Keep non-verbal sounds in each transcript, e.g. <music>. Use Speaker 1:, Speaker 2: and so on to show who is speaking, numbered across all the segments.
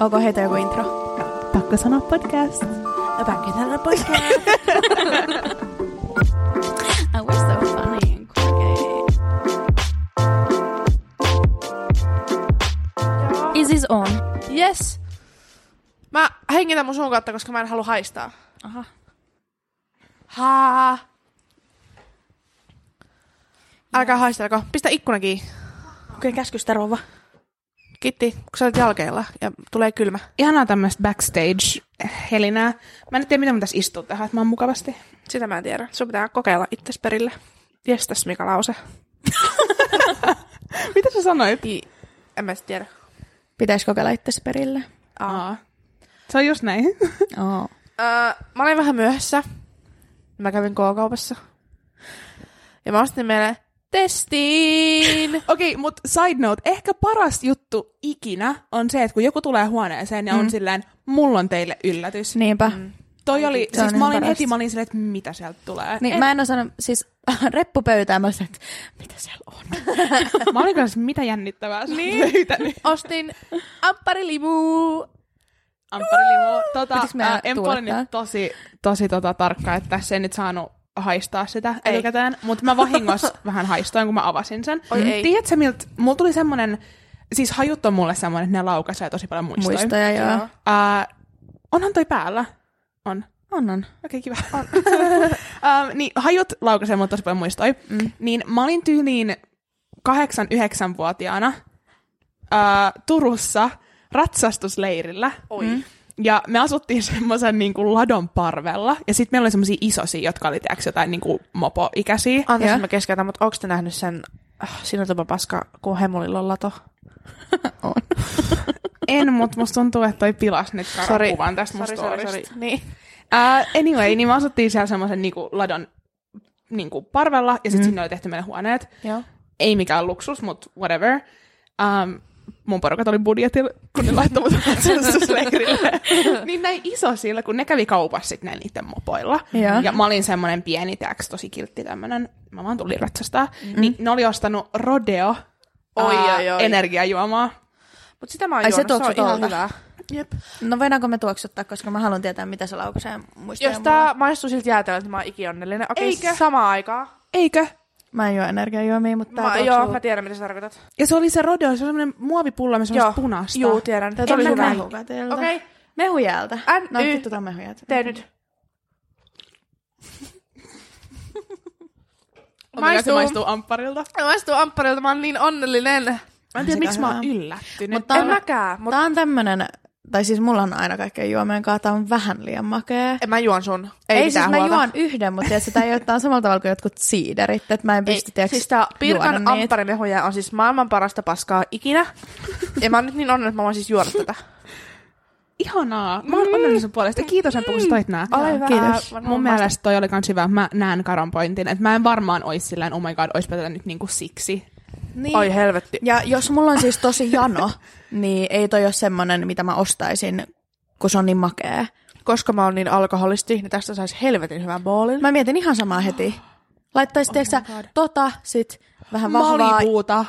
Speaker 1: Onko heitä joku intro?
Speaker 2: Pakko sanoa podcast.
Speaker 1: No päkkitään podcast. oh, we're so funny and quirky. Is this on?
Speaker 3: Yes. Mä hengitän mun suun kautta, koska mä en halua haistaa.
Speaker 1: Aha.
Speaker 3: Haa. Älkää haistelko. Pistä ikkuna kiinni.
Speaker 1: Okei, käskystä rouva.
Speaker 3: Kitti, kun sä olet jalkeilla ja tulee kylmä.
Speaker 2: Ihanaa tämmöistä backstage-helinää. Mä en tiedä, mitä mä tässä istun tähän, että mä oon mukavasti.
Speaker 3: Sitä mä en tiedä. Sun pitää kokeilla itses perille. Jestas Mika lause.
Speaker 2: Mitä sä sanoit?
Speaker 3: I, en mä sit tiedä.
Speaker 1: Pitäis kokeilla itsesi perille.
Speaker 2: Aa. Se on just näin.
Speaker 1: Oo. Oh.
Speaker 3: Öö, mä olin vähän myöhässä. Mä kävin K-kaupassa. Ja mä ostin meille testiin.
Speaker 2: <laughs> Okei, okay, mutta side note, ehkä paras juttu ikinä on se, että kun joku tulee huoneeseen ja mm. Niin. on silleen, mulla on teille yllätys.
Speaker 1: Niinpä. Mm.
Speaker 2: Toi oli,
Speaker 1: Se on
Speaker 2: siis
Speaker 1: ihan
Speaker 2: mä olin
Speaker 1: parasta.
Speaker 2: heti, mä olin silleen, että mitä sieltä tulee.
Speaker 1: Niin, mä en osannut, siis <laughs> reppupöytää, mä olisin, että mitä siellä on?
Speaker 2: <laughs> Mä olin kanssa, mitä jännittävää sä niin. löytänyt.
Speaker 3: Ostin ampparilimuu.
Speaker 2: Amparilimu. Tota,
Speaker 1: Pitikö meidän
Speaker 2: ää, Emppu oli
Speaker 1: tuulettaa?
Speaker 2: nyt tosi, tosi tota, tarkka, että tässä ei nyt saanut haistaa sitä ei. etukäteen, mutta mä <laughs> vahingossa vähän haistoin, kun mä avasin sen.
Speaker 3: Oi ei.
Speaker 2: Tiedätkö, miltä, mulla tuli semmonen, siis hajut on mulle semmonen, että ne laukaisee tosi paljon muistoja.
Speaker 1: Muistoja, joo.
Speaker 3: Joo.
Speaker 2: Ää, onhan toi päällä. On.
Speaker 1: Annan.
Speaker 2: Okei, kiva. On. <laughs> um, niin, hajut laukaisee mut tosi paljon muistoi. Mm. Niin mä olin tyyliin 8-9-vuotiaana uh, Turussa ratsastusleirillä.
Speaker 3: Oi. Mm.
Speaker 2: Ja me asuttiin <laughs> semmoisen niin kuin ladon parvella. Ja sitten meillä oli semmoisia isosia, jotka oli tiiäks, jotain niin kuin mopo-ikäisiä.
Speaker 3: Anteeksi,
Speaker 1: Joo.
Speaker 3: mä keskeytän, mutta onko te nähnyt sen oh, sinutapa paska, kun hemulilla on lato?
Speaker 1: On.
Speaker 2: En, mutta musta tuntuu, että toi pilas nyt
Speaker 3: Sori.
Speaker 2: kuvan tästä mun
Speaker 3: Sori, sori, sori.
Speaker 2: storista.
Speaker 3: Niin.
Speaker 2: Uh, anyway, niin me asuttiin siellä semmoisen niin kuin ladon niin kuin parvella. Ja sitten mm. sinne oli tehty meidän huoneet.
Speaker 3: Joo.
Speaker 2: Ei mikään luksus, mutta whatever. Um, mun porukat oli budjetilla, kun ne laittoi mut ratsastusleirille. niin näin iso sillä, kun ne kävi kaupassa sitten näin niiden mopoilla.
Speaker 1: Joo.
Speaker 2: Ja mä olin semmoinen pieni, tiiäks, tosi kiltti tämmönen, mä vaan tulin ratsastaa. Mm. Niin ne oli ostanut Rodeo
Speaker 3: Oi,
Speaker 2: ää,
Speaker 3: oi, oi.
Speaker 2: energiajuomaa.
Speaker 3: Mut sitä mä oon
Speaker 1: Ai, se
Speaker 3: juonut, se, on
Speaker 1: tuoksuu
Speaker 3: ihan
Speaker 1: tuolta.
Speaker 3: hyvää. Jep.
Speaker 1: No voidaanko me tuoksuttaa, koska mä haluan tietää, mitä se laukaisee muistoja
Speaker 3: Jos tää maistuu siltä jäätelöltä, mä oon ikionnellinen. Okei,
Speaker 2: Eikö?
Speaker 3: samaa aikaa.
Speaker 2: Eikö?
Speaker 1: mulle. Mä en juo energiajuomia, mutta tää
Speaker 3: Mä,
Speaker 1: tuoksuu.
Speaker 3: joo, mä tiedän, mitä sä tarkoitat.
Speaker 2: Ja se oli se Rodeo, se oli semmoinen muovipullo, missä
Speaker 3: Joo.
Speaker 2: on punaista.
Speaker 3: Juu, tiedän.
Speaker 1: Tää
Speaker 3: Se oli
Speaker 1: tuli
Speaker 3: hyvä.
Speaker 1: mehukatelta.
Speaker 3: Okei, okay,
Speaker 1: Mehujältä.
Speaker 3: N,
Speaker 1: No
Speaker 3: Y.
Speaker 1: vittu, tää on mehujältä.
Speaker 3: tee nyt.
Speaker 2: Maistuu. Se
Speaker 3: Maistuu.
Speaker 2: maistuu ampparilta.
Speaker 3: Mä maistuu ampparilta, mä oon niin onnellinen.
Speaker 2: Mä en tiedä, miksi mä oon
Speaker 1: Sekä-
Speaker 2: yllättynyt.
Speaker 1: Mut
Speaker 2: Mutta
Speaker 1: tää
Speaker 3: En
Speaker 1: on,
Speaker 3: mäkään, mut
Speaker 1: tää on tämmönen, tai siis mulla on aina kaikkea juomien kanssa, tää on vähän liian makea.
Speaker 3: en mä juon sun. Ei,
Speaker 1: ei
Speaker 3: mitään
Speaker 1: siis mä
Speaker 3: huolta.
Speaker 1: juon yhden, mutta tiedätkö, tää ei ole, tää on samalla tavalla kuin jotkut siiderit, että mä en pysty,
Speaker 3: Ei,
Speaker 1: tiedätkö,
Speaker 3: siis tää Pirkan
Speaker 1: juoda niitä.
Speaker 3: ampparimehuja on siis maailman parasta paskaa ikinä. ja mä oon nyt niin onnellinen, että mä voin siis juoda tätä.
Speaker 2: ihanaa. Mä oon onnellinen sun puolesta. Ja Kiitos, Empu, kun sä toit nää.
Speaker 3: Ole
Speaker 1: Joo,
Speaker 3: hyvä.
Speaker 1: kiitos.
Speaker 3: Varmaan
Speaker 2: Mun
Speaker 3: maistaa.
Speaker 2: mielestä toi oli kans hyvä. Mä näen Karon pointin, että mä en varmaan ois silleen, oh my god, ois nyt niinku siksi.
Speaker 1: Niin.
Speaker 3: Oi helvetti.
Speaker 1: Ja jos mulla on siis tosi jano, niin ei toi ole semmonen, mitä mä ostaisin, kun se on niin makea.
Speaker 3: koska mä oon niin alkoholisti, niin tästä saisi helvetin hyvän boolin.
Speaker 1: Mä mietin ihan samaa heti. Laittaisin, oh tiedätkö, tota, sit vähän vahvaa.
Speaker 2: Malibuuta.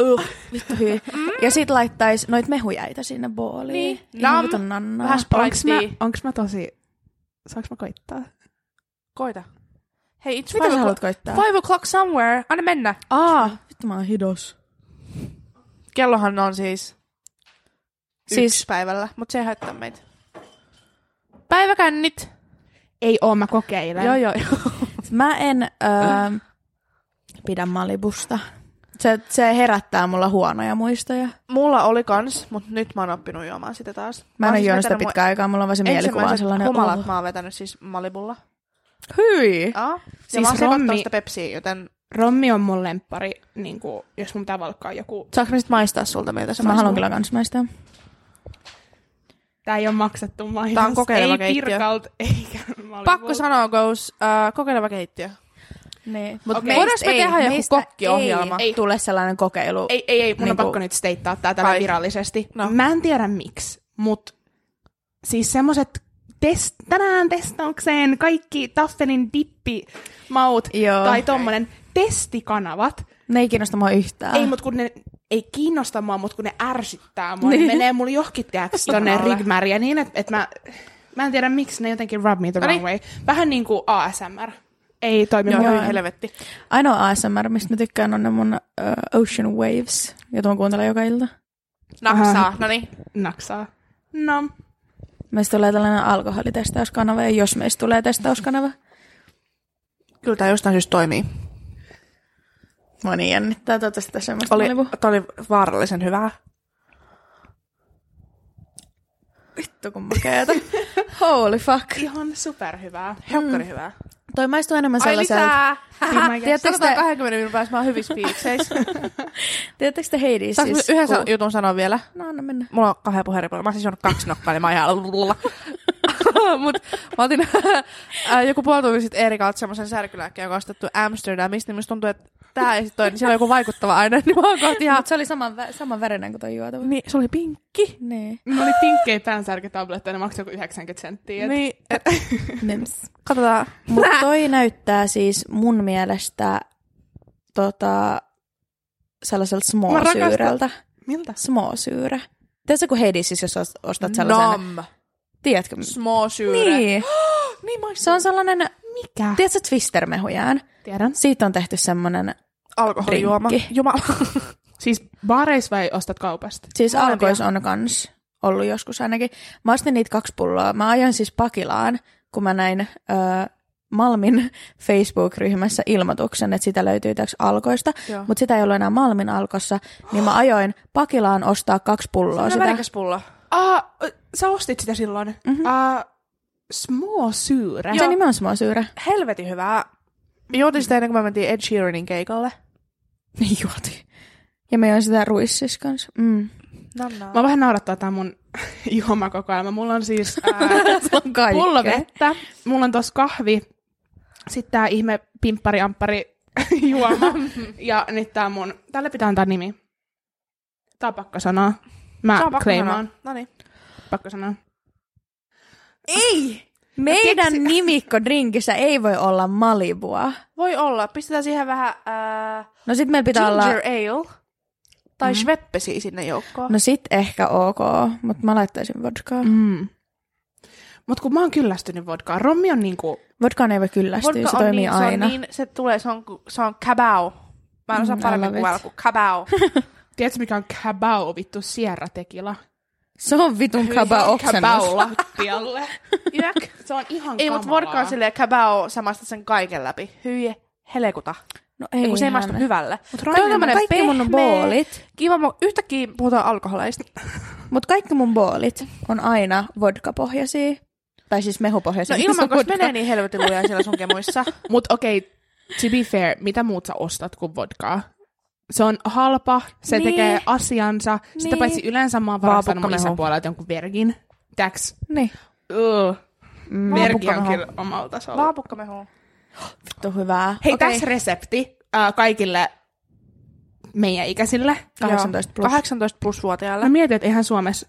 Speaker 1: Uh, vittu hyi. Ja sit laittais noit mehujäitä sinne booliin.
Speaker 3: Niin.
Speaker 1: Ihan
Speaker 3: Nam.
Speaker 1: vitun nannaa.
Speaker 3: Vähän
Speaker 2: Onks mä,
Speaker 3: Spriteia.
Speaker 2: onks mä tosi... Saanko mä koittaa?
Speaker 3: Koita. Hei, it's
Speaker 1: Mitä
Speaker 3: five
Speaker 1: sä haluat
Speaker 3: o'clock.
Speaker 1: koittaa?
Speaker 3: Five o'clock somewhere. Anna mennä.
Speaker 1: Aa, vittu mä oon hidos.
Speaker 3: Kellohan on siis
Speaker 1: Siis-
Speaker 3: siis yksi päivällä, mutta se ei haittaa meitä. Päiväkännit.
Speaker 2: Ei oo, mä kokeilen.
Speaker 3: Joo, joo, joo.
Speaker 1: Mä en öö, pidä Malibusta. Se, se herättää mulla huonoja muistoja.
Speaker 3: <laughs> Mulla oli kans, mutta nyt mä oon oppinut juomaan sitä taas.
Speaker 1: Mä en
Speaker 3: oon
Speaker 1: ole
Speaker 3: siis
Speaker 1: juonut sitä
Speaker 3: vetänyt mun
Speaker 1: pitkään aikaa, mulla on vaan se mielikuva on
Speaker 3: ensimmäiset
Speaker 1: sellainen.
Speaker 3: Humalat
Speaker 1: oh.
Speaker 3: mä oon vetänyt siis Malibulla.
Speaker 1: Hyi!
Speaker 3: Aa. Siis ja
Speaker 2: Siis
Speaker 3: mä oon rommi...
Speaker 2: rommi-
Speaker 3: sitä pepsiä, joten...
Speaker 2: Rommi on mun lemppari, niin kuin, jos mun pitää valkkaa joku.
Speaker 3: Saanko mä sit maistaa sulta, miltä se
Speaker 1: Mä
Speaker 3: maistuu?
Speaker 1: haluan kyllä kans näistä.
Speaker 2: Tää ei oo maksettu mainos.
Speaker 3: Tää on kokeileva
Speaker 2: Ei
Speaker 3: keittiö.
Speaker 2: Pirkalt, eikä Malibu.
Speaker 3: Pakko sanoa, Goes, äh, kokeileva keittiö.
Speaker 1: Niin.
Speaker 3: Mut voidaanko me tehdä joku kokkiohjelma?
Speaker 1: Ei, ei tule sellainen kokeilu.
Speaker 2: Ei, ei, ei, mun
Speaker 1: Niinku-
Speaker 2: on pakko nyt steittaa tää tällä
Speaker 3: Ai.
Speaker 2: virallisesti.
Speaker 3: No.
Speaker 2: No. Mä en tiedä miksi, mut siis semmoset test, tänään testaukseen kaikki Taffelin dippimaut
Speaker 1: Joo.
Speaker 2: tai tommonen testikanavat.
Speaker 1: Ne ei kiinnosta mua yhtään.
Speaker 3: Ah.
Speaker 2: Ei, mut kun ne ei kiinnosta mua, mutta kun ne ärsyttää mua, niin menee mulla johonkin tiedäks tonne
Speaker 3: Alle.
Speaker 2: rigmäriä niin, että et mä, mä en tiedä miksi ne jotenkin rub me the
Speaker 3: No
Speaker 2: wrong
Speaker 3: niin.
Speaker 2: way. Vähän niin kuin ASMR. Ei toimi
Speaker 3: Joo,
Speaker 2: mulle.
Speaker 3: joo, helvetti.
Speaker 1: Ainoa ASMR, mistä mä tykkään, on ne mun uh, Ocean Waves, jota mä kuuntelen joka ilta.
Speaker 3: Naksaa, no niin.
Speaker 2: Naksaa. No,
Speaker 1: Meistä tulee tällainen alkoholitestauskanava, ja jos meistä tulee testauskanava, niin
Speaker 3: Kyllä tämä jostain syystä toimii.
Speaker 1: mua niin jännittää toivottavasti tässä semmoista
Speaker 3: Oli,
Speaker 1: malibu.
Speaker 3: tää oli vaarallisen hyvää.
Speaker 1: Vittu kun makeeta. Holy fuck.
Speaker 2: ihan superhyvää.
Speaker 3: Helkkari mm. hyvää.
Speaker 1: Toi maistuu enemmän
Speaker 3: Ai
Speaker 1: sellaiselta.
Speaker 3: <laughs> lisää! Oh
Speaker 1: Tiedättekö
Speaker 3: Sanotaan
Speaker 1: te,
Speaker 3: 20 minuutin päästä mä oon hyvissä fiilikseissä.
Speaker 1: tiedättekö te Hades?
Speaker 3: Saanko
Speaker 1: Siis,
Speaker 3: siis, yhden
Speaker 1: kun-
Speaker 3: jutun sanoa vielä?
Speaker 1: No, anna mennä.
Speaker 3: Mulla on kahden puheenriippuja. Mä oon siis juonut kaksi nokkaa, niin mä oon ihan lulla. <laughs> Mut mä otin <laughs> ää, joku puoli tuntia sitten Erikalta semmoisen särkylääkkeen, joka on ostettu Amsterdamista, niin musta tuntuu, että tää ja sit toi, niin siellä on joku vaikuttava aine, <laughs> niin mä oon kohta ihan...
Speaker 1: Mut se oli saman, vä- saman värinen kuin toi juotava.
Speaker 3: Niin, se oli pinkki.
Speaker 1: Niin.
Speaker 2: Mä oli pinkkejä päänsärkytabletteja, ne maksoi joku 90 senttiä. Niin.
Speaker 3: Niin, et,
Speaker 1: Nims.
Speaker 3: katsotaan.
Speaker 1: Mutta toi näyttää siis mun mielestä tota, sellaiselta
Speaker 2: Mä rakastan-
Speaker 1: smosyyrältä.
Speaker 2: Miltä?
Speaker 1: Smosyyrä. Tiedätkö, kun Hadesissa, jos os- ostat sellaisen, no. tiedätkö?
Speaker 3: Small syyre.
Speaker 1: Niin.
Speaker 3: niin mä
Speaker 1: Se on sellainen,
Speaker 2: Mikä?
Speaker 1: tiedätkö twistermehujään?
Speaker 2: Tiedän.
Speaker 1: Siitä on tehty semmoinen,
Speaker 3: alkoholijuoma.
Speaker 1: Drinkki.
Speaker 3: Jumala.
Speaker 2: Siis baareis vai ostat kaupasta?
Speaker 1: siis
Speaker 3: Molempia.
Speaker 1: alkois on kans ollut joskus ainakin. Mä ostin niitä kaksi pulloa. Mä ajoin siis Pakilaan, kun mä näin ö, Malmin <laughs> Facebook-ryhmässä ilmoituksen, että sitä löytyy täksi alkoista.
Speaker 3: Joo.
Speaker 1: mutta sitä ei ollut enää Malmin alkossa, niin mä ajoin Pakilaan ostaa kaksi pulloa
Speaker 3: Sitä...
Speaker 1: sitä.
Speaker 3: värikäs pullo.
Speaker 2: Ah, sä ostit sitä silloin. Mm-hmm. Ah, small syyrä.
Speaker 1: Se nimi on smosyyrä.
Speaker 3: Helvetin hyvää. Juotin sitä ennen kuin me mentiin Ed Sheeranin keikalle.
Speaker 1: Niin juoti. Ja mä join sitä ruissis kanssa. Mm.
Speaker 3: Nannaa.
Speaker 2: Mä vähän naurattaa tää mun <laughs> juomakokoelma. Mulla on siis ää, <laughs>
Speaker 1: Se on kaikkea.
Speaker 2: pullo vettä, mulla on tossa kahvi, sitten tää ihme pimppari-amppari <laughs> juoma ja nyt tää mun, tälle pitää antaa nimi. Tää on pakko sanoa. Mä
Speaker 3: Se on pakko
Speaker 2: claimaan.
Speaker 3: sanoa. No niin. Noniin.
Speaker 2: Pakko sanoa.
Speaker 1: Ei! Meidän
Speaker 2: Keksi-
Speaker 1: nimikko drinkissä ei voi olla Malibua.
Speaker 3: Voi olla. Pistetään siihen vähän äh,
Speaker 1: No sit meillä pitää olla... Mm-hmm.
Speaker 3: ginger ale tai mm. sveppesiä sinne joukkoon.
Speaker 1: No sit ehkä ok, mutta mä laittaisin vodkaa. Mm.
Speaker 2: Mm. Mut kun mä oon kyllästynyt vodkaan, rommi on niinku,
Speaker 1: Vodkaan ei voi kyllästyä,
Speaker 3: Vodka
Speaker 1: se
Speaker 3: on
Speaker 1: toimii
Speaker 3: niin, Se, on
Speaker 1: aina.
Speaker 3: niin, se tulee, se on, ku- se on kabau. Mä en osaa mm,
Speaker 1: Mm, I
Speaker 3: paremmin
Speaker 1: love it.
Speaker 3: kuvailla kuin kabau.
Speaker 1: <laughs>
Speaker 2: tiedätkö mikä on cabao vittu sierra tekila?
Speaker 1: Se on vitun kaba <laughs> oksennus.
Speaker 2: lattialle.
Speaker 3: Jök.
Speaker 2: Se on ihan
Speaker 3: Ei, mutta vodka on silleen kabau, sä maistat sen kaiken läpi. Hyi, helekuta.
Speaker 1: No
Speaker 3: Ei,
Speaker 1: ei,
Speaker 3: kun se ei maistu hyvälle. Mut
Speaker 1: Toi on tämmönen kaikki mun boolit.
Speaker 3: Kiva, mu- yhtäkkiä puhutaan alkoholeista.
Speaker 1: Mutta kaikki mun boolit on aina vodkapohjaisia. Tai siis
Speaker 3: No
Speaker 1: mehupohjaisia.
Speaker 3: ilman,
Speaker 1: Se on
Speaker 3: koska
Speaker 1: vodka.
Speaker 3: menee niin helvetin lujaa siellä sun kemuissa.
Speaker 2: Mut okei, okay, to be fair, mitä muut sä ostat kuin vodkaa? Se on halpa, se
Speaker 3: Niin.
Speaker 2: niin. tekee asiansa. Niin. Sitä
Speaker 1: Niin.
Speaker 2: paitsi yleensä mä oon varastanut mun
Speaker 3: Vaapukkamehu.
Speaker 2: isän puolelta jonkun vergin. Täks.
Speaker 1: Niin.
Speaker 2: Uh. Vergi on
Speaker 3: Vaapukkamehu.
Speaker 2: kyllä omalla tasolla.
Speaker 3: Vaapukka mehuun.
Speaker 1: Vittu hyvää.
Speaker 2: Hei, okay.
Speaker 3: Okei.
Speaker 2: tässä resepti äh, kaikille meidän ikäisille.
Speaker 1: 18 plus.
Speaker 3: 18 plus vuotiaalle.
Speaker 2: Mä mietin, että eihän Suomessa...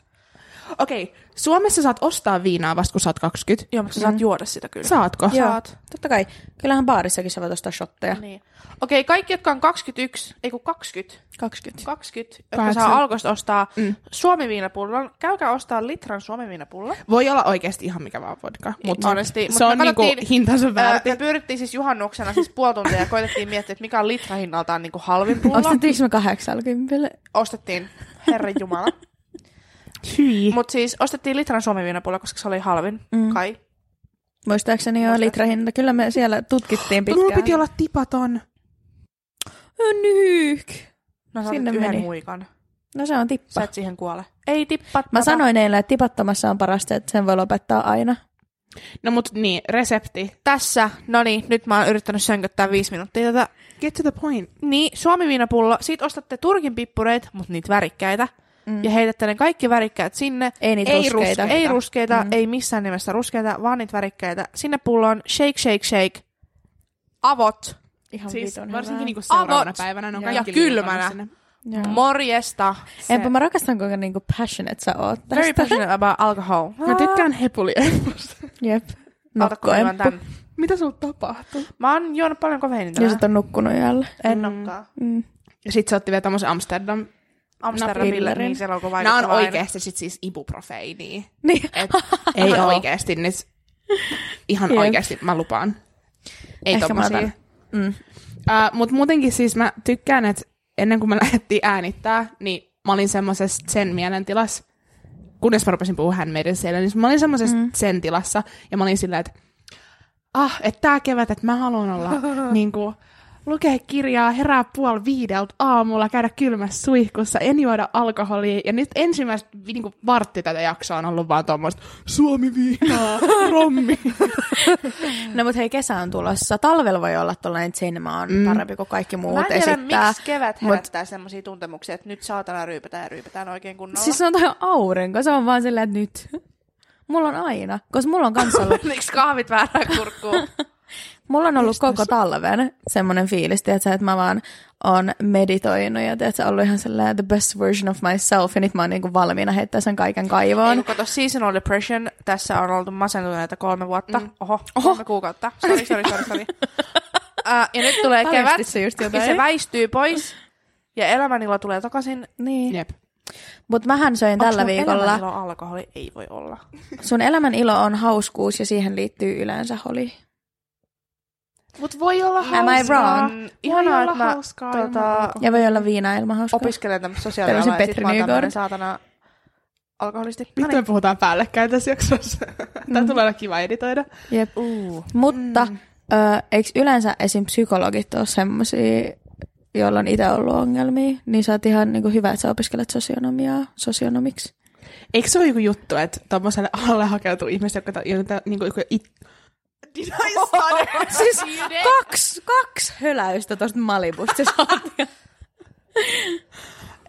Speaker 2: Okei, okay, Suomessa saat ostaa viinaa vasta kun sä oot 20.
Speaker 3: Joo, mutta sä saat juoda sitä kyllä.
Speaker 2: Saatko?
Speaker 1: Mm-hmm. Joo,
Speaker 3: saat.
Speaker 1: totta kai. Kyllähän baarissakin sä voit ostaa shotteja.
Speaker 3: Niin. Okei, kaikki, jotka on 21, ei kun 20,
Speaker 1: 20.
Speaker 3: 20 jotka
Speaker 2: Kahdeksan.
Speaker 3: saa alkoista ostaa mm. suomiviinapullon, käykää ostaa litran suomiviinapullon.
Speaker 2: Voi olla oikeasti ihan mikä vaan vodka. Mut
Speaker 3: Honesti,
Speaker 2: se
Speaker 3: mut me
Speaker 2: on niinku
Speaker 3: katsottiin-
Speaker 2: hintansa
Speaker 3: Ää,
Speaker 2: väärti.
Speaker 3: me pyörittiin siis juhannuksena siis puoli tuntia ja koitettiin miettiä, että mikä on litra hinnaltaan niin kuin halvin pullo.
Speaker 1: Ostettiinko me 80?
Speaker 3: Ostettiin, herra jumala.
Speaker 2: Hyi.
Speaker 3: Mutta siis ostettiin litran suomiviinapullo, koska se oli halvin, mm. kai.
Speaker 1: Muistaakseni jo litrahinta. Kyllä me siellä tutkittiin
Speaker 2: Mutta mulla
Speaker 1: pitkään.
Speaker 2: piti olla tipaton.
Speaker 1: Nyhk.
Speaker 3: No sä
Speaker 1: Sinne
Speaker 3: Sinne yhden
Speaker 1: meni.
Speaker 3: meni. huikan.
Speaker 1: No se on tippa.
Speaker 3: Sä et siihen kuole. Ei tippa.
Speaker 1: Mä sanoin eilen, että tipattomassa on parasta, että sen voi lopettaa aina.
Speaker 2: No mut niin, resepti.
Speaker 3: Tässä, no niin, nyt mä oon yrittänyt sönköttää viisi minuuttia tätä
Speaker 2: Get to the point.
Speaker 3: Niin, suomiviinapullo. Siitä ostatte turkin pippureita, mutta niitä värikkäitä. Mm. Ja heitätte ne kaikki värikkäät sinne.
Speaker 1: Ei niitä
Speaker 3: ei
Speaker 1: ruskeita.
Speaker 3: Ruske, ei ruskeita, mm. ei missään nimessä ruskeita, vaan niitä värikkäitä. Sinne pulloon shake, shake, shake. Avot.
Speaker 1: Ihan
Speaker 2: Siis
Speaker 1: No, vitun
Speaker 2: varsinkin
Speaker 1: hyvää.
Speaker 2: niinku seuraavana
Speaker 3: Avot.
Speaker 2: päivänä ne on
Speaker 3: Ja
Speaker 2: kaikki
Speaker 3: kylmänä.
Speaker 2: liikannut sinne.
Speaker 3: niinku
Speaker 1: Joo.
Speaker 3: Morjesta.
Speaker 1: Enpä mä rakastan, kuinka niinku passionate sä oot tästä.
Speaker 3: Very passionate about alcohol.
Speaker 2: Mä tykkään hepuliempusta.
Speaker 1: <laughs> Jep.
Speaker 3: Ota kuulemaan
Speaker 1: Nukkoemppu.
Speaker 3: tän.
Speaker 2: <laughs> Mitä sulla tapahtuu?
Speaker 3: Mä oon juonut paljon kofeiiniä
Speaker 1: Jos
Speaker 3: tänään. No.
Speaker 1: et on nukkunut yöllä.
Speaker 3: En mm. olekaan.
Speaker 2: Ja sit se otti vielä tommosen Amsterdam
Speaker 3: Amsterdamille,
Speaker 1: Napillerin.
Speaker 3: niin siellä on
Speaker 2: Nämä on
Speaker 3: vaikuttava
Speaker 2: oikeasti sit siis ibuprofeinia.
Speaker 1: Niin.
Speaker 2: Et,
Speaker 1: Ei
Speaker 2: ihan
Speaker 1: oo.
Speaker 2: oikeasti nyt. Ihan
Speaker 1: Jep.
Speaker 2: oikeasti, mä lupaan. Ei
Speaker 1: <laughs> Ehkä mä
Speaker 2: tommosia.
Speaker 1: otan. Mm.
Speaker 2: Uh, Mutta muutenkin siis mä tykkään, että ennen kuin me <laughs> lähdettiin äänittää, niin mä olin semmoisessa sen mielen tilassa, kunnes mä rupesin puhua handmaiden siellä, niin mä olin semmoisessa mm. sen tilassa, ja mä olin silleen, että ah, että tää kevät, että mä haluan olla niinku, lukea kirjaa, herää puoli viideltä aamulla, käydä kylmässä suihkussa, en juoda alkoholia. Ja nyt ensimmäistä niinku, vartti tätä jaksoa on ollut vaan tuommoista suomi viinaa, rommi.
Speaker 1: No mutta hei, kesä on tulossa. Talvella voi olla tuollainen sinema on mm. parempi kuin kaikki muut
Speaker 3: Mä en tiedä,
Speaker 1: esittää.
Speaker 3: miksi kevät
Speaker 1: mut-
Speaker 3: herättää mut... semmoisia tuntemuksia, että nyt saatana ryypätään ja ryypätään oikein kunnolla.
Speaker 1: Siis on toi aurinko, se on vaan silleen, että nyt. Mulla on aina, koska mulla on kanssa
Speaker 3: <laughs>
Speaker 1: ollut,
Speaker 3: Miksi kahvit väärään
Speaker 1: <laughs>
Speaker 3: kurkkuun?
Speaker 1: mulla on ollut koko talven semmoinen fiilis, tiedätkö, että mä vaan on meditoinut ja tiedätkö, ollut ihan sellainen the best version of myself ja nyt mä oon niinku valmiina heittää sen kaiken kaivoon.
Speaker 3: On. Kato, seasonal depression. Tässä on oltu masentuneita kolme vuotta. Mm. Oho, kolme kuukautta. Sori, sori, sori, sori. Uh, ja nyt tulee
Speaker 1: Paljasti
Speaker 3: kevät,
Speaker 1: se just
Speaker 3: ja
Speaker 1: jotain.
Speaker 3: se väistyy pois, ja elämänilo tulee takaisin.
Speaker 1: Niin.
Speaker 2: Jep.
Speaker 1: Mutta mähän söin
Speaker 3: Onks
Speaker 1: tällä
Speaker 3: mun
Speaker 1: viikolla. Mm,
Speaker 3: Elämänilo alkoholi ei voi olla.
Speaker 1: Sun elämän ilo on hauskuus ja siihen liittyy yleensä holi.
Speaker 2: Mut voi olla
Speaker 1: Am I wrong?
Speaker 3: Mm,
Speaker 2: Voi
Speaker 3: Ihanaa,
Speaker 2: olla
Speaker 3: että mä
Speaker 2: hauskaa ilman
Speaker 3: tota,
Speaker 2: alkoholia.
Speaker 1: Ja voi olla viinaa ilman hauskaa.
Speaker 3: opiskelen tämmöistä
Speaker 1: Tämmöisen
Speaker 3: sosiaalialaa, ja sit
Speaker 1: Petri
Speaker 3: mä oon
Speaker 1: Nygård.
Speaker 3: tämmönen saatana alkoholisti. No
Speaker 2: Nyt me
Speaker 3: niin. Mm.
Speaker 2: puhutaan päällekkäin tässä jaksossa. Tämä tulee olla kiva editoida.
Speaker 1: Jep.
Speaker 3: Uu.
Speaker 1: Mutta mm. ö, eikö yleensä esim. psykologit ole semmoisia, joilla on itse ollut ongelmia, niin sä oot ihan niin kuin hyvä, että sä opiskelet sosionomiaa, sosionomiksi.
Speaker 2: Eikö se ole joku juttu, että tuommoiselle alle hakeutuu ihmisiä, jotka ilta, niin kuin, it... Did I
Speaker 3: niin,
Speaker 1: <laughs>
Speaker 2: start?
Speaker 1: Siis kaksi, kaksi höläystä tuosta Malibusta saatiin.
Speaker 2: <laughs>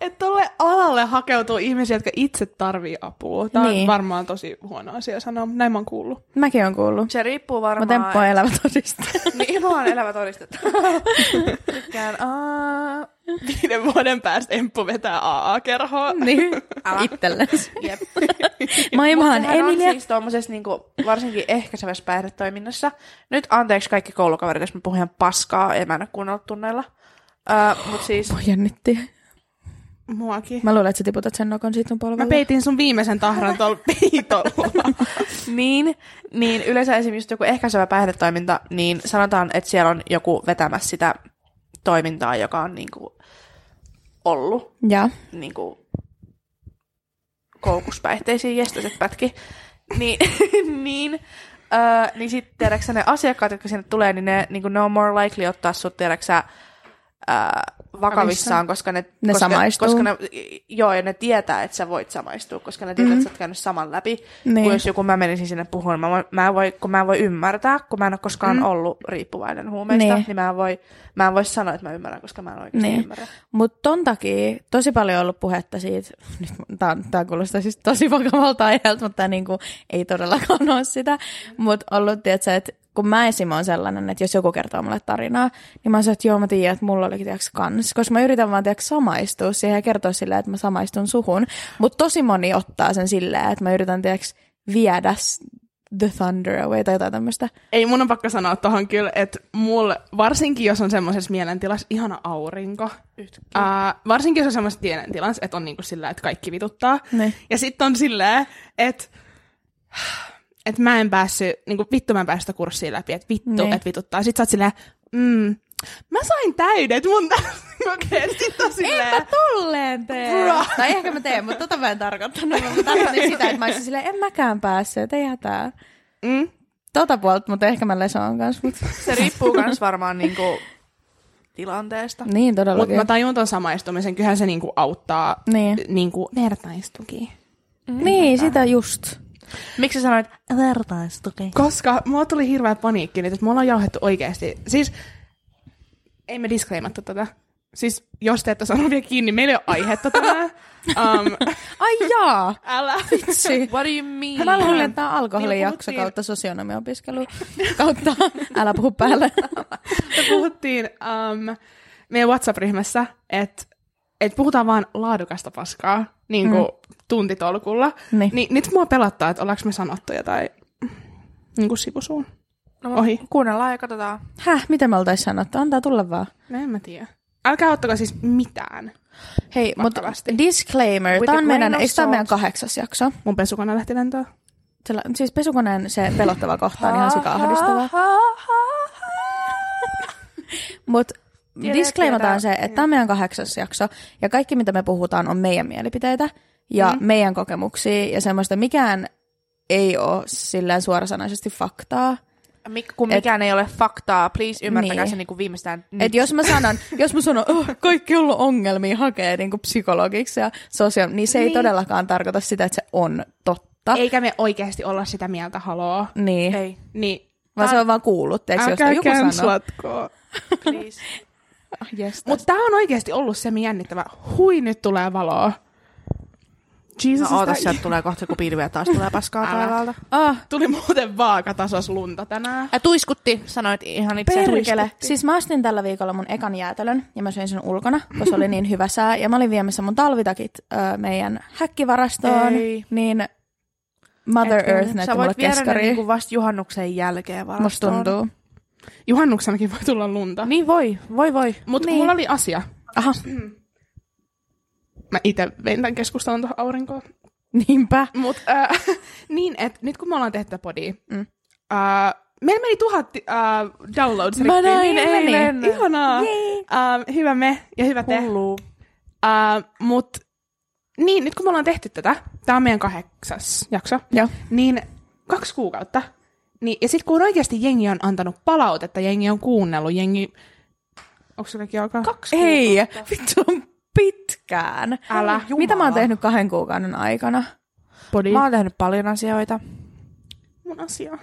Speaker 2: että tolle alalle hakeutuu ihmisiä, jotka itse tarvii apua. Tämä niin.
Speaker 1: Niin.
Speaker 2: on varmaan tosi huono asia sanoa, mutta näin mä oon kuullut. <laughs>
Speaker 1: <laughs> Mäkin on kuullut.
Speaker 3: Se riippuu
Speaker 1: Mä
Speaker 3: varmaan.
Speaker 1: temppoon elämä todista.
Speaker 3: Niin, mä oon elävä todistetta. Tykkään. Aa,
Speaker 2: Viiden vuoden päästä Emppu vetää AA-kerhoa.
Speaker 1: <laughs>
Speaker 3: Mm.
Speaker 1: <laughs> niin, itsellensä.
Speaker 3: jep.
Speaker 1: Moi, mä oon
Speaker 3: Sehän
Speaker 1: Emilia.
Speaker 3: on siis tuommoisessa niinku, varsinkin ehkäisevässä päihdetoiminnassa. Nyt anteeksi kaikki koulukaverit, jos mä puhun ihan paskaa, en mä en ole kuunnellut tunneilla. Uh, mut siis,
Speaker 1: Voi jännitti.
Speaker 2: Muakin. Mä,
Speaker 1: Mä luulen, että sä tiputat sen nokon siitä mun
Speaker 3: Mm.
Speaker 1: polvella.
Speaker 2: mä peitin sun viimeisen tahran
Speaker 3: <laughs>
Speaker 2: tuolla peitolla.
Speaker 3: niin, niin yleensä esimerkiksi just joku ehkäisevä päihdetoiminta, niin sanotaan, että siellä on joku vetämässä sitä toimintaa, joka on niinku ollut
Speaker 1: Ja.
Speaker 3: niin kuin, koukuspäihteisiin jestäset pätki, niin, <laughs> niin, öö, niin sitten tiedätkö ne asiakkaat, jotka sinne tulee, niin ne, niin kuin, ne on more likely ottaa sut tiedätkö öö, vakavissaan, koska ne,
Speaker 1: Ne
Speaker 3: koska,
Speaker 1: samaistuu.
Speaker 3: Koska ne, joo, ja ne tietää, että sä voit samaistua, koska ne tietää, mm-hmm. että sä oot käynyt saman läpi.
Speaker 1: Mhm. Niin.
Speaker 3: Niin. Kun jos joku mä menisin sinne puhumaan, mä, voin- mä en voi, kun mä en voi ymmärtää, kun mä en ole koskaan mm. ollut riippuvainen huumeista,
Speaker 1: Mhm. Niin.
Speaker 3: niin, niin mä, en voi, mä en voi sanoa, että mä ymmärrän, koska mä en oikeasti
Speaker 1: Niin.
Speaker 3: niin. ymmärrä.
Speaker 1: Mutta ton takia tosi paljon on ollut puhetta siitä, nyt tää, on- tää kuulostaa siis tosi vakavalta aiheelta, mutta tää niinku ei todellakaan ole sitä, mutta ollut, tiedätkö, että kun mä esim. on sellainen, että jos joku kertoo mulle tarinaa, niin mä sanon, että joo, mä tiedän, että mulla olikin tiedätkö, kans, koska mä yritän vaan tiedätkö, samaistua siihen ja kertoa silleen, että mä samaistun suhun, mutta tosi moni ottaa sen silleen, että mä yritän tiedätkö, viedä s- the thunder away tai jotain tämmöistä.
Speaker 2: Ei mun on pakko sanoa tohon kyllä, että mulle, varsinkin jos on semmoisessa mielentilassa, ihana aurinko. Ää, varsinkin jos on semmoisessa mielentilassa, että on niinku sillä, että kaikki vituttaa.
Speaker 1: Niin.
Speaker 2: Ja sitten on sillä, että et mä en päässyt, niinku vittu mä en päässyt sitä kurssia läpi, että vittu,
Speaker 1: Niin.
Speaker 2: että vituttaa. Sitten sä oot silleen, mm, mä sain täydet mun <laughs> kokeesta. Sitten on silleen,
Speaker 1: tolleen tee.
Speaker 2: Bro.
Speaker 1: Tai ehkä mä teen, mutta tota mä en tarkoittanut. Mä tarkoitin sitä, että mä olisin silleen, en mäkään päässyt, ei hätää.
Speaker 2: mm,
Speaker 1: Tota puolta, mutta ehkä mä lesoon kanssa. Mut.
Speaker 3: Se riippuu myös varmaan niinku tilanteesta.
Speaker 1: Niin,
Speaker 2: mutta
Speaker 1: todellakin.
Speaker 2: mä tajun ton samaistumisen, kyllähän se niinku auttaa
Speaker 1: Niin.
Speaker 2: niinku vertaistuki.
Speaker 1: Niin, sitä just.
Speaker 3: Miksi sä sanoit vertaistuki?
Speaker 2: Koska mulla tuli hirveä paniikki nyt, että me ollaan jauhettu oikeasti. Siis, ei me disclaimattu tätä. Siis, jos te ette sano vielä kiinni, meillä ei ole aihetta <laughs> tänään. Um,
Speaker 1: Ai jaa,
Speaker 2: älä.
Speaker 1: vitsi.
Speaker 3: What do you mean?
Speaker 1: Mä luulen, että tämä on
Speaker 2: Niin,
Speaker 1: alkoholijakso
Speaker 2: puhuttiin-
Speaker 1: kautta sosionomiopiskelu kautta <laughs> älä puhu päälle.
Speaker 2: Me puhuttiin um, meidän WhatsApp-ryhmässä, että et puhutaan vaan laadukasta paskaa, niin kuin mm. tuntitolkulla.
Speaker 1: Niin.
Speaker 2: Niin, nyt mua pelottaa, että ollaanko me sanottuja tai niin kuin sivusuun.
Speaker 3: No,
Speaker 2: Ohi.
Speaker 3: Kuunnellaan ja katsotaan.
Speaker 1: Häh, mitä me oltais sanottu? Antaa tulla vaan.
Speaker 2: No en mä tiedä. Älkää ottako siis mitään.
Speaker 3: Hei,
Speaker 1: Mutta
Speaker 3: vakavasti.
Speaker 1: disclaimer,
Speaker 3: With a
Speaker 1: tämä on meidän,
Speaker 3: grain of
Speaker 1: eikö tämä on meidän
Speaker 3: salt.
Speaker 1: kahdeksas jakso?
Speaker 2: Mun pesukone lähti lentoon.
Speaker 1: Sillä, siis pesukoneen se pelottava kohta on ihan
Speaker 3: <laughs>
Speaker 1: sika ahdistavaa. Mutta
Speaker 3: Tiedän,
Speaker 1: disclaimataan se,
Speaker 3: tiedän.
Speaker 1: että tämä on meidän kahdeksas jakso, ja kaikki mitä me puhutaan on meidän mielipiteitä ja mm. meidän kokemuksia, ja semmoista mikään ei ole silleen suorasanaisesti faktaa.
Speaker 3: Mm. Mik, kun mikään ei ole faktaa, please ymmärtäkää
Speaker 1: Niin.
Speaker 3: se niin kuin viimeistään nyt.
Speaker 1: Et jos mä
Speaker 3: <laughs>
Speaker 1: sanon, jos mä sanon, oh, kaikki on ollut ongelmia, hakee niin kuin psykologiksi ja sosiaali, niin se ei
Speaker 2: Niin.
Speaker 1: todellakaan tarkoita sitä, että se on totta.
Speaker 2: Eikä me oikeasti olla sitä mieltä, haloo.
Speaker 1: Niin.
Speaker 3: Ei,
Speaker 2: Niin.
Speaker 1: Vaan se on vaan kuullut, eikö jostain joku sanoo. <laughs> Ah,
Speaker 3: please.
Speaker 1: Yes,
Speaker 2: Mutta tää on oikeasti ollut se jännittävä. Hui, nyt tulee valoa. Jesus,
Speaker 3: No oota,
Speaker 2: is that-
Speaker 3: sieltä tulee kohta joku pilvi ja taas tulee paskaa
Speaker 2: Älä.
Speaker 3: taivaalta.
Speaker 2: Ah, tuli muuten vaakatasos lunta tänään.
Speaker 3: Ja tuiskutti, sanoit ihan itse.
Speaker 1: Perkele. Siis mä ostin tällä viikolla mun ekan jäätelön ja mä söin sen ulkona, koska se oli niin hyvä sää. Ja mä olin viemässä mun talvitakit ö, meidän häkkivarastoon,
Speaker 3: Ei.
Speaker 1: niin Mother
Speaker 3: Hetkinen.
Speaker 1: Earth näytti
Speaker 3: Sä
Speaker 1: mulle
Speaker 3: voit viedä ne
Speaker 1: keskariin.
Speaker 3: niinku vasta juhannuksen jälkeen varastoon.
Speaker 1: Musta tuntuu.
Speaker 2: Juhannuksenakin voi tulla lunta.
Speaker 3: Niin voi, voi voi.
Speaker 2: Mutta
Speaker 1: Niin.
Speaker 2: niin. mulla oli asia. Mm.
Speaker 1: Aha,
Speaker 2: Mä itse vein tämän keskustelun tuohon aurinkoon.
Speaker 1: niinpä.
Speaker 2: Mut, äh, <laughs> niin, että nyt kun me ollaan tehty tätä podia,
Speaker 1: Mm.
Speaker 2: mm. äh, meillä meni tuhat äh, downloads.
Speaker 1: Mä
Speaker 2: rikki.
Speaker 1: näin
Speaker 2: Niin meni.
Speaker 1: eilen.
Speaker 2: Ihanaa. Äh, hyvä me ja hyvä te.
Speaker 3: Hullu.
Speaker 2: Äh, mut, niin, nyt kun me ollaan tehty tätä, tämä on meidän kahdeksas jakso,
Speaker 1: Joo.
Speaker 2: niin kaksi kuukautta. Niin, ja sitten kun oikeasti jengi on antanut palautetta, jengi on kuunnellut, jengi... Onko se kaikki alkaa?
Speaker 3: Kaksi
Speaker 1: Ei,
Speaker 3: kuukautta.
Speaker 1: vittu on pitkään.
Speaker 2: Älä.
Speaker 3: Jumala.
Speaker 1: Mitä mä oon tehnyt kahden kuukauden aikana?
Speaker 2: Podi.
Speaker 3: Mä oon tehnyt paljon asioita.
Speaker 2: Mun asia.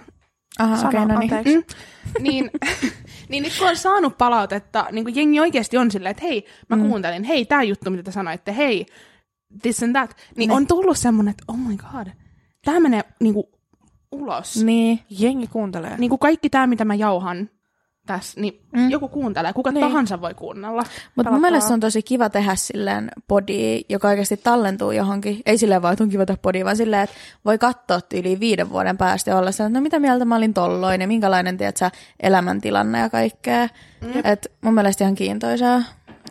Speaker 1: Aha,
Speaker 3: Sano,
Speaker 1: okei, no niin.
Speaker 3: anteeksi.
Speaker 2: Mm. niin, <laughs> niin nyt kun on saanut palautetta, niin kuin jengi oikeasti on silleen, että hei, mä mm. kuuntelin, hei, tämä juttu, mitä te sanoitte, hei, this and that, niin
Speaker 1: Ne.
Speaker 2: ne. on tullut semmoinen, että oh my god, tämä menee niin kuin, ulos. Niin.
Speaker 1: Niin.
Speaker 3: Jengi kuuntelee.
Speaker 2: niin kuin kaikki tämä, mitä mä jauhan tässä, niin
Speaker 1: Mm.
Speaker 2: mm. joku kuuntelee, kuka
Speaker 3: Niin.
Speaker 2: niin. tahansa voi kuunnella.
Speaker 1: Mutta mun
Speaker 3: Palataan.
Speaker 1: mielestä se on tosi kiva tehdä silleen podi, joka oikeasti tallentuu johonkin. Ei silleen vaan, että on kiva tehdä podi, vaan silleen, että voi katsoa yli viiden vuoden päästä ja olla sen, että no mitä mieltä mä olin tolloin ja minkälainen, tiedät sä, elämäntilanne ja kaikkea. Mm. Et mun mielestä ihan kiintoisaa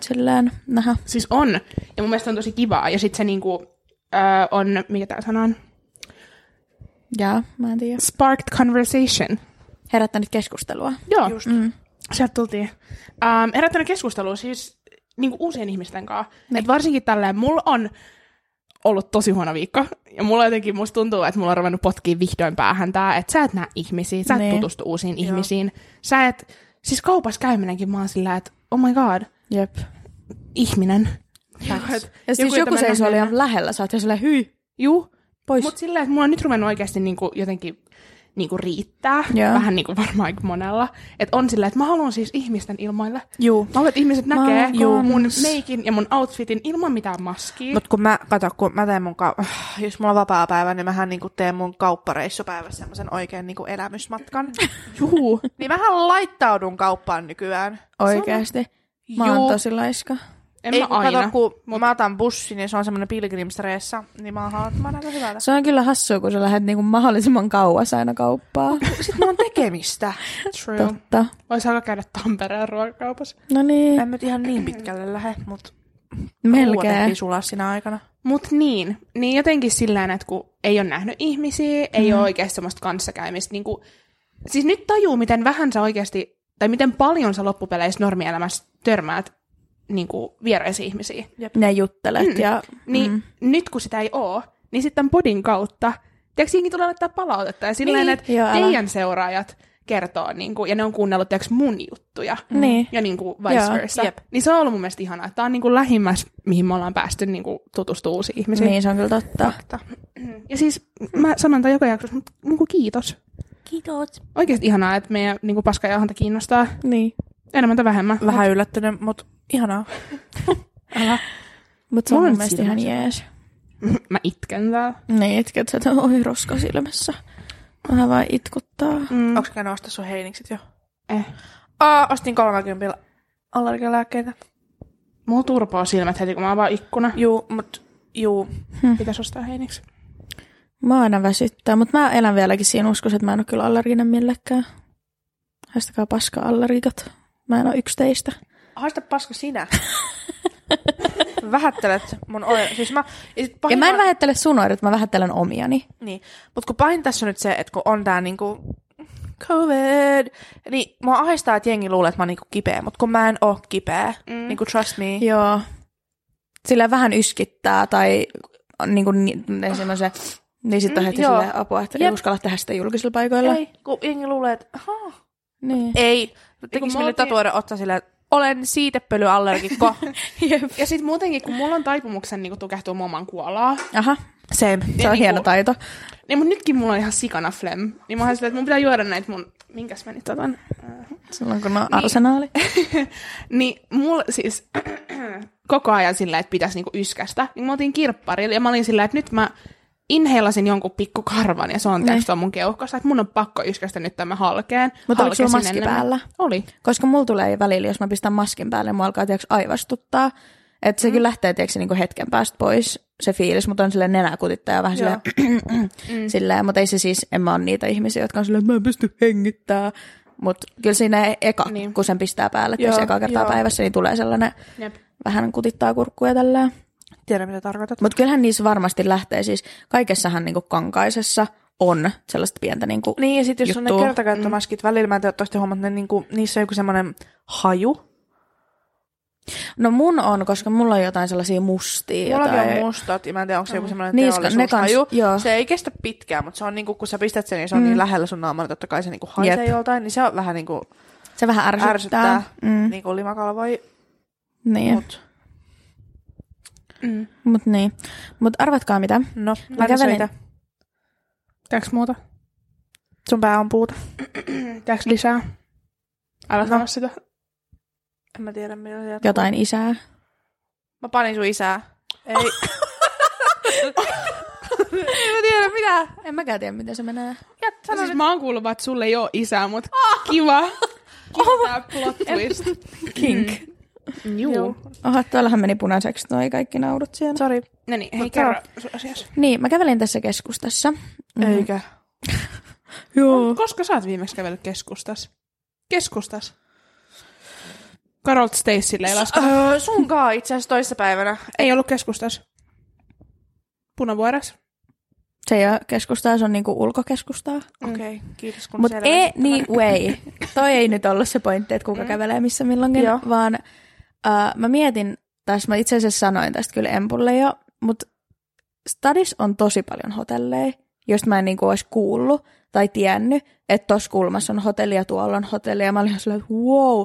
Speaker 1: silleen nähdä.
Speaker 2: Siis on, ja mun mielestä on tosi kivaa, ja sitten se niin kuin, äh, on, mikä tämä sana on,
Speaker 1: Jaa, mä en tiedä.
Speaker 2: sparked conversation.
Speaker 1: Herättänyt keskustelua.
Speaker 2: Joo.
Speaker 3: Just.
Speaker 2: Mm. Sieltä tultiin. Ähm, herättänyt keskustelua siis niin kuin uusien ihmisten kanssa.
Speaker 1: Niin.
Speaker 2: Et varsinkin tälleen, mulla on ollut tosi huono viikko. Ja mulla jotenkin, musta tuntuu, että mulla on ruvennut potkiin vihdoin päähän tää, että sä et näe ihmisiä, sä et
Speaker 1: Niin.
Speaker 2: tutustu uusiin Joo. ihmisiin. Sä et, siis kaupassa käyminenkin mä oon sillä, että oh my god,
Speaker 1: Jep.
Speaker 2: ihminen.
Speaker 1: Facts.
Speaker 2: et-
Speaker 1: Ja siis joku
Speaker 2: jota mä en
Speaker 1: seisoo
Speaker 2: nähnyt
Speaker 1: liian lähellä, sä oot ihan silleen, hyi,
Speaker 2: Juu,
Speaker 1: pois.
Speaker 2: mutta silleen, että mulla on nyt ruvennut oikeasti niinku jotenkin niinku riittää.
Speaker 1: Joo.
Speaker 2: Vähän niinku varmaan aika monella. Että on silleen, että mä haluan siis ihmisten ilmoille.
Speaker 3: Juu.
Speaker 2: Mä haluan, että ihmiset
Speaker 1: Mä
Speaker 2: näkee
Speaker 1: haluan
Speaker 2: juu, mun
Speaker 1: kans.
Speaker 2: meikin ja mun outfitin ilman mitään maskia.
Speaker 1: No
Speaker 2: Mut,
Speaker 3: Mut kun mä, kato, kun mä teen mun, ka- <sighs> jos mulla on vapaa päivä, niin mähän niinku teen mun kauppareissupäivässä semmoisen oikein niinku elämysmatkan.
Speaker 2: juu.
Speaker 3: niin mähän laittaudun kauppaan nykyään.
Speaker 1: Oikeesti. Mä oon
Speaker 3: Juu.
Speaker 1: tosi laiska.
Speaker 2: En
Speaker 3: Ei
Speaker 2: mä
Speaker 3: kun
Speaker 2: aina.
Speaker 3: kato, kun mä otan bussin ja se on semmoinen pilgrimstressa, niin mä oon että mä oon aika hyvältä.
Speaker 1: Se on kyllä hassua, kun sä lähdet niinku mahdollisimman kauas aina kauppaan.
Speaker 3: Sitten mä oon tekemistä.
Speaker 2: True.
Speaker 1: Totta.
Speaker 2: Vois alkaa käydä Tampereen ruokakaupassa.
Speaker 1: No niin,
Speaker 3: En nyt ihan niin pitkälle lähde, mutta
Speaker 1: melkein.
Speaker 3: sulaa sinä aikana.
Speaker 2: Mut niin, niin jotenkin sillä tavalla, että kun ei ole nähnyt ihmisiä, ei
Speaker 1: Mm-hmm.
Speaker 2: ole oikeasti semmoista kanssakäymistä. Niin kuin, siis nyt tajuu, miten vähän sä oikeasti, tai miten paljon sä loppupeleissä normielämässä törmäät niin kuin vieraisiin ihmisiin.
Speaker 1: Ne juttelet mm.
Speaker 2: Mm.
Speaker 1: ja
Speaker 2: Niin mm.
Speaker 1: Mm-hmm.
Speaker 2: nyt kun sitä ei oo, niin sitten podin kautta, tiedätkö, jengi tulee laittaa palautetta ja sillä
Speaker 1: Niin.
Speaker 2: niin. että
Speaker 1: Joo, älä.
Speaker 2: teidän seuraajat kertoo, niin kuin, ja ne on kuunnellut tiedätkö, mun juttuja.
Speaker 1: Niin.
Speaker 2: Ja niin kuin vice
Speaker 1: Joo,
Speaker 2: versa.
Speaker 3: jep.
Speaker 2: Niin se on ollut mun mielestä ihanaa, että tämä on niin kuin lähimmäs, mihin me ollaan päästy niin kuin tutustumaan uusiin ihmisiin.
Speaker 1: niin, se on kyllä totta.
Speaker 2: Ja siis mä sanon tämän joka jaksossa, mutta niin kuin kiitos.
Speaker 1: Kiitos.
Speaker 2: Oikeasti ihanaa, että meidän niin kuin paskajauhanta kiinnostaa
Speaker 1: Niin.
Speaker 2: enemmän tai vähemmän.
Speaker 3: Vähän yllättynyt, mutta ihanaa.
Speaker 1: Mutta se on
Speaker 2: Mä
Speaker 1: mun
Speaker 2: oon
Speaker 1: mielestä ihan
Speaker 2: silmässä.
Speaker 1: jees.
Speaker 2: Mä itken täällä.
Speaker 1: Niin, etket sä, että oi roska silmässä. Vähän vaan itkuttaa.
Speaker 2: Mm.
Speaker 3: Onko käynyt ostaa sun heinikset jo?
Speaker 2: Eh.
Speaker 3: Aa, ostin 30 allergialääkkeitä.
Speaker 2: Mulla turpoo silmät heti, kun mä avaan ikkuna.
Speaker 3: Juu, mut juu.
Speaker 2: Pitäis ostaa heiniksi.
Speaker 1: Mä aina väsyttää, mutta mä elän vieläkin siinä uskossa, että mä en ole kyllä allerginen millekään. Haistakaa paska allergikat. Mä en ole yksi teistä. <laughs>
Speaker 3: Haista paska sinä. Vähättelet mun oire. Siis mä, ja sit pahin
Speaker 1: Ja mä en
Speaker 3: on-
Speaker 1: vähättele sun oireita, mä vähättelen omiani.
Speaker 3: Niin. Mut kun pahin tässä on nyt se, että kun on tää niinku COVID, niin mä ahistaa, että jengi luulee, että mä oon niinku kipeä, mut kun mä en oo kipeä, mm. niinku trust me.
Speaker 1: Joo. Sillä vähän yskittää tai on niinku ni- niin semmoisen, niin sitten on
Speaker 3: Mm,
Speaker 1: heti
Speaker 3: joo.
Speaker 1: silleen apua, että ei
Speaker 3: Jep.
Speaker 1: uskalla tehdä sitä julkisilla paikoilla.
Speaker 3: Ei, kun jengi luulee, että "Haa,
Speaker 1: Niin.
Speaker 3: ei,
Speaker 2: kun
Speaker 3: tekis
Speaker 2: me
Speaker 3: meille
Speaker 2: oltiin-
Speaker 3: tatuoida otsa silleen, että olen siitepölyallergikko.
Speaker 1: <laughs> Jep.
Speaker 2: Ja sitten muutenkin, kun mulla on taipumuksen niin tukehtua muoman kuolaa,
Speaker 1: Aha,
Speaker 3: Same.
Speaker 1: se on
Speaker 2: niinku-
Speaker 1: hieno taito.
Speaker 2: niin mun nytkin mulla on ihan sikana flem. Niin mä oon silleen, että mun pitää juoda näitä mun... Minkäs mä nyt otan?
Speaker 1: Silloin kun on arsenaali.
Speaker 2: Niin mulla siis <clears throat> koko ajan sillä, että pitäisi niinku yskästä. Niin mä otin kirpparilla ja mä olin sillä, että nyt mä inheilasin jonkun pikkukarvan ja se on
Speaker 1: Niin.
Speaker 2: tästä on mun keuhkossa, että mun on pakko yskästä nyt tämän halkeen.
Speaker 1: Mutta oliko sulla
Speaker 2: Halkesin
Speaker 1: maski
Speaker 2: enemmän.
Speaker 1: päällä?
Speaker 2: Oli.
Speaker 1: Koska mulla tulee välillä, jos mä pistän maskin päälle, mua alkaa tiiäks, aivastuttaa. Että se mm. kyllä lähtee tiiäks, niinku hetken päästä pois se fiilis, mutta on silleen nenää kutittaa ja vähän
Speaker 3: Joo.
Speaker 1: silleen, mm. <clears throat> silleen, mutta ei se siis, en mä ole niitä ihmisiä, jotka on silleen, mä en pysty hengittää. Mutta kyllä siinä eka, niin.
Speaker 2: Niin.
Speaker 1: kun sen pistää päälle,
Speaker 3: Joo,
Speaker 1: jos eka kertaa
Speaker 3: joo.
Speaker 1: päivässä, niin tulee sellainen,
Speaker 2: Jep.
Speaker 1: vähän kutittaa kurkkuja tällä.
Speaker 3: Tiedän, mitä tarkoitat.
Speaker 1: Mutta kyllähän niissä varmasti lähtee siis, kaikessahan niinku kankaisessa on sellaista pientä niinku,
Speaker 3: Niin, ja sitten jos on
Speaker 1: juttu.
Speaker 3: ne kertakäyttömaskit välillä, mä en tiedä, ootteko huomannut, ne niinku, niissä on joku semmoinen haju.
Speaker 1: no mun on, koska mulla on jotain sellaisia mustia.
Speaker 3: Mullakin
Speaker 1: jotain...
Speaker 3: on mustat, ja mä en tiedä, onko se joku semmoinen
Speaker 1: Niin,
Speaker 3: niin,
Speaker 1: koska ne
Speaker 3: teollisuushaju.
Speaker 1: kans- joo.
Speaker 3: Se ei kestä pitkään, mutta se on niinku, kun sä pistät sen, niin se on mm. niin lähellä sun naamaa, totta kai se niinku haisee
Speaker 1: Jep.
Speaker 3: joltain, niin se on vähän niinku
Speaker 1: Se vähän ärsyttää.
Speaker 3: ärsyttää,
Speaker 1: Mm,
Speaker 3: mm. niinku limakalvoi,
Speaker 1: niin. Mut.
Speaker 3: mut
Speaker 2: Mm.
Speaker 1: mut niin. Mut arvatkaa mitä.
Speaker 3: no, mä
Speaker 1: kävelin-
Speaker 3: kävelin.
Speaker 2: Tääks muuta?
Speaker 3: Sun pää on puuta.
Speaker 2: Tääks lisää? Älä
Speaker 3: No.
Speaker 2: sano sitä.
Speaker 3: En mä tiedä, mitä se jatkuu.
Speaker 1: Jotain isää.
Speaker 3: Mä panin sun isää. Ei. en mä tiedä, mitä.
Speaker 1: En mäkään tiedä, miten se menee.
Speaker 3: Jät, sano
Speaker 2: Siis
Speaker 3: nyt.
Speaker 2: mä oon kuullut, vaan, että sulle ei oo isää, mut kiva. Kiva tää plot twist.
Speaker 1: Kink.
Speaker 2: Juu.
Speaker 1: Oha, Mm. tuollahan meni punaiseksi noi kaikki naurut siellä.
Speaker 3: Sori.
Speaker 2: No niin, hei
Speaker 3: Mut
Speaker 2: kerro
Speaker 3: sano.
Speaker 2: sun asias.
Speaker 1: Niin, mä kävelin tässä keskustassa. Mm.
Speaker 3: Eikä.
Speaker 1: Joo.
Speaker 2: Koska sä oot viimeksi kävellyt keskustas? Keskustas. Carol Stacelle ei lasketa.
Speaker 3: Öö, sunkaa itse asiassa toissapäivänä.
Speaker 2: Ei ollut keskustas. Punavuoras.
Speaker 1: Se ei ole keskustaa, se on niinku ulkokeskustaa.
Speaker 3: Okei, okay, kiitos kun
Speaker 1: Mut e, niin,
Speaker 3: selvensit tämän.
Speaker 1: anyway, toi ei nyt ollut se pointti, että kuka kävelee missä milloinkin,
Speaker 3: Mm. Joo.
Speaker 1: vaan äh, mä mietin, tässä mä itse asiassa sanoin tästä kyllä Empulle jo, mutta Stadis on tosi paljon hotelleja, joista mä en niinku olisi kuullut tai tiennyt, että tossa kulmassa on hotelli ja tuolla on hotelli, ja mä olin ihan silleen, että wow.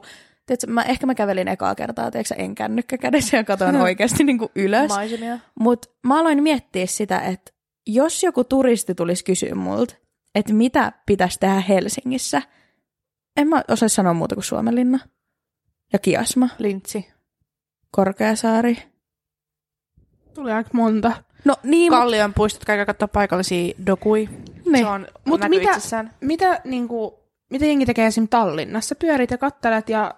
Speaker 1: Tiedätkö, mä, ehkä mä kävelin ekaa kertaa, tiedätkö, en kännykkä kädessä
Speaker 3: <laughs>
Speaker 1: ja katoin oikeasti niinku ylös.
Speaker 3: Maisemia.
Speaker 1: Mutta mä aloin miettiä sitä, että jos joku turisti tulisi kysyä multa, että mitä pitäisi tehdä Helsingissä, en mä osaa sanoa muuta kuin Suomenlinna. Ja Kiasma,
Speaker 3: Lintsi.
Speaker 1: Korkeasaari.
Speaker 2: Tuli aika monta.
Speaker 1: No niin, mut-
Speaker 3: Kallion puistot, käykää katsoa paikallisia dokui.
Speaker 1: niin.
Speaker 3: Se on,
Speaker 2: Mut
Speaker 3: Mut näkyy
Speaker 2: mitä-
Speaker 3: mitä? itsessään.
Speaker 2: Mitä, niin kuin, mitä jengi tekee esim. Tallinnassa? Pyörit ja kattelet ja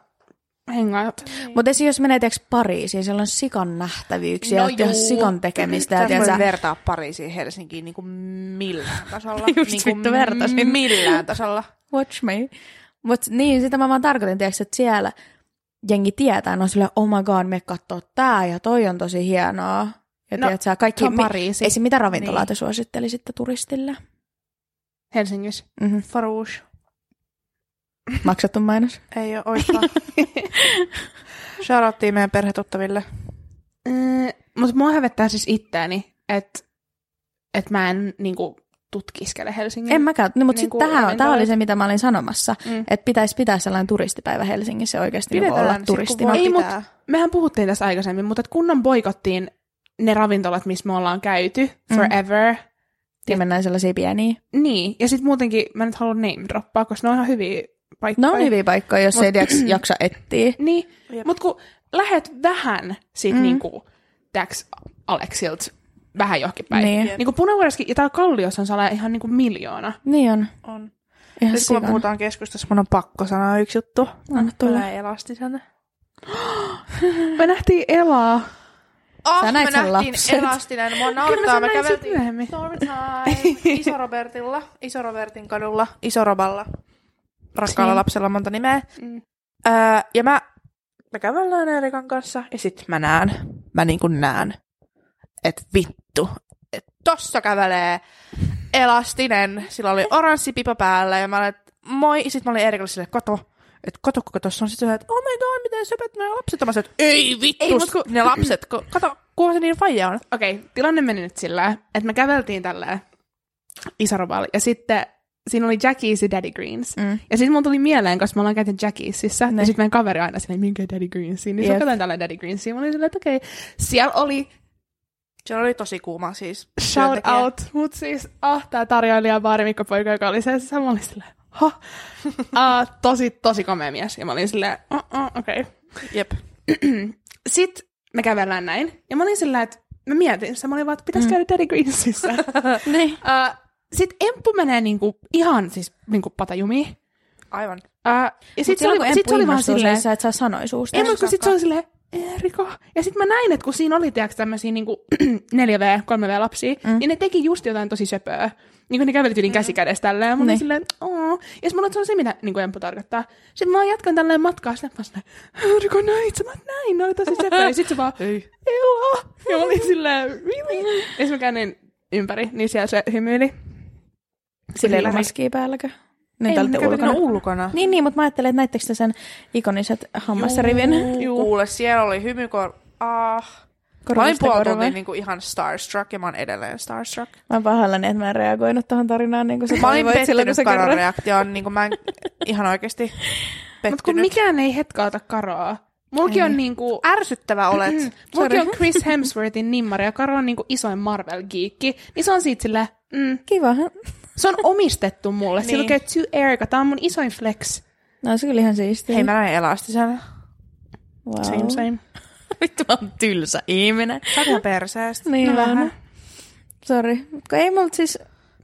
Speaker 2: hengaat.
Speaker 1: Mutta esim. jos menee tiiäks, Pariisiin, siellä on sikan nähtävyyksiä,
Speaker 2: No
Speaker 1: no ja
Speaker 2: juu.
Speaker 1: sikan tekemistä. Ja
Speaker 3: Tässä voi
Speaker 1: tiiäksä,
Speaker 3: vertaa Pariisiin Helsinkiin niin kuin millään <laughs> tasolla.
Speaker 1: Just
Speaker 3: niin
Speaker 1: vittu, vertasin.
Speaker 3: Millään tasolla.
Speaker 1: watch me. Mutta niin, sitä mä vaan tarkoitin, tiiäksä, että siellä jengi tietää, no sillä oh my god, me kattoo tää ja toi on tosi hienoa. Ja
Speaker 2: No,
Speaker 1: no, tiedätkö, kaikki,
Speaker 2: Se on
Speaker 1: mi-
Speaker 2: Pariisi.
Speaker 1: Esim. mitä ravintolaa
Speaker 3: Niin.
Speaker 1: te suosittelisitte turistille?
Speaker 2: Helsingissä.
Speaker 1: Mm-hmm.
Speaker 3: Farouche.
Speaker 1: Maksettu mainos.
Speaker 3: Ei ole <laughs> oikein. Shoutouttiin meidän perhetuttaville.
Speaker 2: Mutta Mm, mua hävettää siis itteeni, että et mä en niin kuin, tutkiskele Helsingin.
Speaker 1: En mäkään, no, mutta
Speaker 2: Niinku
Speaker 1: sitten tähän, tämä oli
Speaker 2: ravintolat.
Speaker 1: se, mitä mä olin sanomassa,
Speaker 2: Mm.
Speaker 1: että pitäisi pitää sellainen turistipäivä Helsingissä ja oikeasti niinku olla turistina.
Speaker 2: voi. Ei,
Speaker 3: Ei,
Speaker 2: mut-
Speaker 3: mut...
Speaker 2: mehän puhuttiin tässä aikaisemmin, mutta et kunnon boikottiin ne ravintolat, missä me ollaan käyty
Speaker 1: Mm.
Speaker 2: forever.
Speaker 1: Ja mennään sellaisia pieniä.
Speaker 2: Niin, ja sitten muutenkin mä nyt haluan name droppaa, koska ne on ihan hyviä paikkoja.
Speaker 1: No on hyviä paikkoja, jos
Speaker 2: Mut-
Speaker 1: ei tiiäks,
Speaker 2: <clears throat>
Speaker 1: jaksa etsiä.
Speaker 2: Niin,
Speaker 3: Jep.
Speaker 2: mutta kun lähet vähän sit
Speaker 1: Mm.
Speaker 2: mm. niinku, täks Alexilt vähän johonkin päin. Niin.
Speaker 1: Niin.
Speaker 3: Jep.
Speaker 2: Niinku punavuoreskin, ja tää Kalliossa on sellainen ihan niinku miljoona.
Speaker 1: Niin on.
Speaker 3: on.
Speaker 1: Ihan
Speaker 3: Nyt kun me
Speaker 1: sikan.
Speaker 3: puhutaan keskustassa, mun on pakko sanoa yksi juttu.
Speaker 1: Anna tulla.
Speaker 3: Tulee elastisen.
Speaker 2: Me nähtiin Elaa.
Speaker 3: Ah,
Speaker 1: Sä
Speaker 3: me
Speaker 1: näit
Speaker 3: nähtiin
Speaker 1: sen lapset.
Speaker 3: elastinen. <laughs> Mua
Speaker 2: Kyllä mä
Speaker 3: naurattaa.
Speaker 2: sen
Speaker 3: Me
Speaker 2: näin sit
Speaker 3: käveltiin
Speaker 2: myöhemmin.
Speaker 3: Storytime. Iso Robertilla, Iso Robertin kadulla, Iso Roballa. Rakkaalla
Speaker 2: Siin.
Speaker 1: Mm.
Speaker 3: lapsella on monta nimeä.
Speaker 2: Mm.
Speaker 3: Öö, ja mä me kävellään Erikan kanssa ja sit mä näen, mä niinku näen, että vittu, että tossa kävelee elastinen, sillä oli oranssi pipa päällä ja mä olin, että moi, ja sit mä olin Erikalle silleen, kato, että kato, kuka tossa on. Sitten se, että oh my god, miten söpöt ne lapset on. Mä sanoin, että ei vittu,
Speaker 2: Ei, mut kun-
Speaker 3: ne lapset, kun, kato, kuka se niiden faija on.
Speaker 2: Okei, tilanne meni nyt sillä, että me käveltiin tällä isaroballa ja sitten siinä oli Jackie's ja Daddy Greens. Mm.
Speaker 1: Mm.
Speaker 2: Ja sitten mun tuli mieleen, koska me ollaan käyty Jackiesissa,
Speaker 1: Ne.
Speaker 2: ja sitten meidän kaveri aina silleen, minkä Daddy Greensiin, niin yep.
Speaker 1: Jep.
Speaker 2: se tällä Daddy Greensiin. Mä olin silleen, että okei, siellä oli
Speaker 3: Siellä oli tosi kuuma siis.
Speaker 2: shout
Speaker 3: työntekijä.
Speaker 2: out, mut siis, ah, tää tarjoilija Baari Mikko Poika, joka oli se, se mä olin silleen, ha, <laughs> ah, tosi, tosi komea mies. Ja mä olin silleen, oh, oh, okei. Okay.
Speaker 3: Jep.
Speaker 2: Sitten me kävellään näin, ja mä olin silleen, että mä mietin sitä, mä olin vaan, että pitäis käydä Daddy Greensissä.
Speaker 1: Niin.
Speaker 2: Uh, sitten Emppu menee niinku ihan siis niinku patajumiin.
Speaker 3: Aivan.
Speaker 2: Uh, ja sitten se, oli, sit se oli vaan silleen,
Speaker 1: Sä et saa sanoa suusta.
Speaker 2: ei mutta kun sitten se oli silleen, Erika. Ja sitten mä näin, että kun siinä oli tiiäks, tämmöisiä niinku <clears throat> 4V, 3V lapsia, mm. niin ne teki just jotain tosi söpöä. Niin kuin ne käveli tyyliin mm. käsikädessä tälleen. Ja mä olin
Speaker 1: Niin.
Speaker 2: silleen, ooo. Ja sitten mulla se on se, mitä niin kuin Emppu tarkoittaa. Sitten mä jatkan tälleen matkaa, sitten mä sanoin, Erika näit, sä mä oon näin, ne oli tosi söpöä. Ja sitten se vaan,
Speaker 3: Ei.
Speaker 2: Ella! Ja mä olin silleen, really? Ja sitten mä käännin ympäri, niin siellä se hymyili.
Speaker 1: Sillä ei
Speaker 2: Sillä-
Speaker 1: ole maskia päälläkö?
Speaker 2: Ei,
Speaker 1: Niin,
Speaker 2: me
Speaker 1: te olette
Speaker 2: kävimme
Speaker 1: ulkona.
Speaker 3: No ulkona.
Speaker 1: Niin, niin, mutta mä ajattelin, että näittekö te sen ikoniset hammasrivin?
Speaker 2: Niin.
Speaker 3: Juu. Niin. Kuule, siellä oli hymykor... Ah. Mä olin
Speaker 1: Korvista
Speaker 3: puoli
Speaker 1: korvaan.
Speaker 3: tuntia
Speaker 2: niin-
Speaker 3: niinku ihan starstruck ja mä oon edelleen starstruck.
Speaker 1: Mä oon pahoillani, että mä en reagoinut tähän tarinaan niin kuin sä
Speaker 3: Mä olin
Speaker 1: toivoit silloin, kun
Speaker 3: pettynyt
Speaker 1: sä
Speaker 3: Karan
Speaker 1: kerroit.
Speaker 3: reaktioon, niin kuin mä en ihan oikeesti
Speaker 2: Mutta kun
Speaker 3: pettynyt.
Speaker 2: mikään ei hetkauta karaa. Mulki on niinku...
Speaker 3: Ärsyttävä olet.
Speaker 2: Mulki
Speaker 1: Mm-hmm. Sorry.
Speaker 2: on Chris Hemsworthin nimmari ja Karo on niinku isoin Marvel-giikki. Niin se on siitä sille, mm,
Speaker 1: Kiva.
Speaker 2: se on omistettu mulle. niin. Sillä
Speaker 3: Niin.
Speaker 2: lukee to Erica, tää on mun isoin flex.
Speaker 1: No se kyllä ihan siistiä.
Speaker 3: Hei, mä näin elastisen.
Speaker 1: wow.
Speaker 2: Same, same.
Speaker 1: Vittu, mä oon tylsä ihminen.
Speaker 3: Sakin perseestä.
Speaker 1: Niin
Speaker 2: No,
Speaker 1: no, vähän.
Speaker 2: vähän.
Speaker 1: Sori. Kun ei multa siis...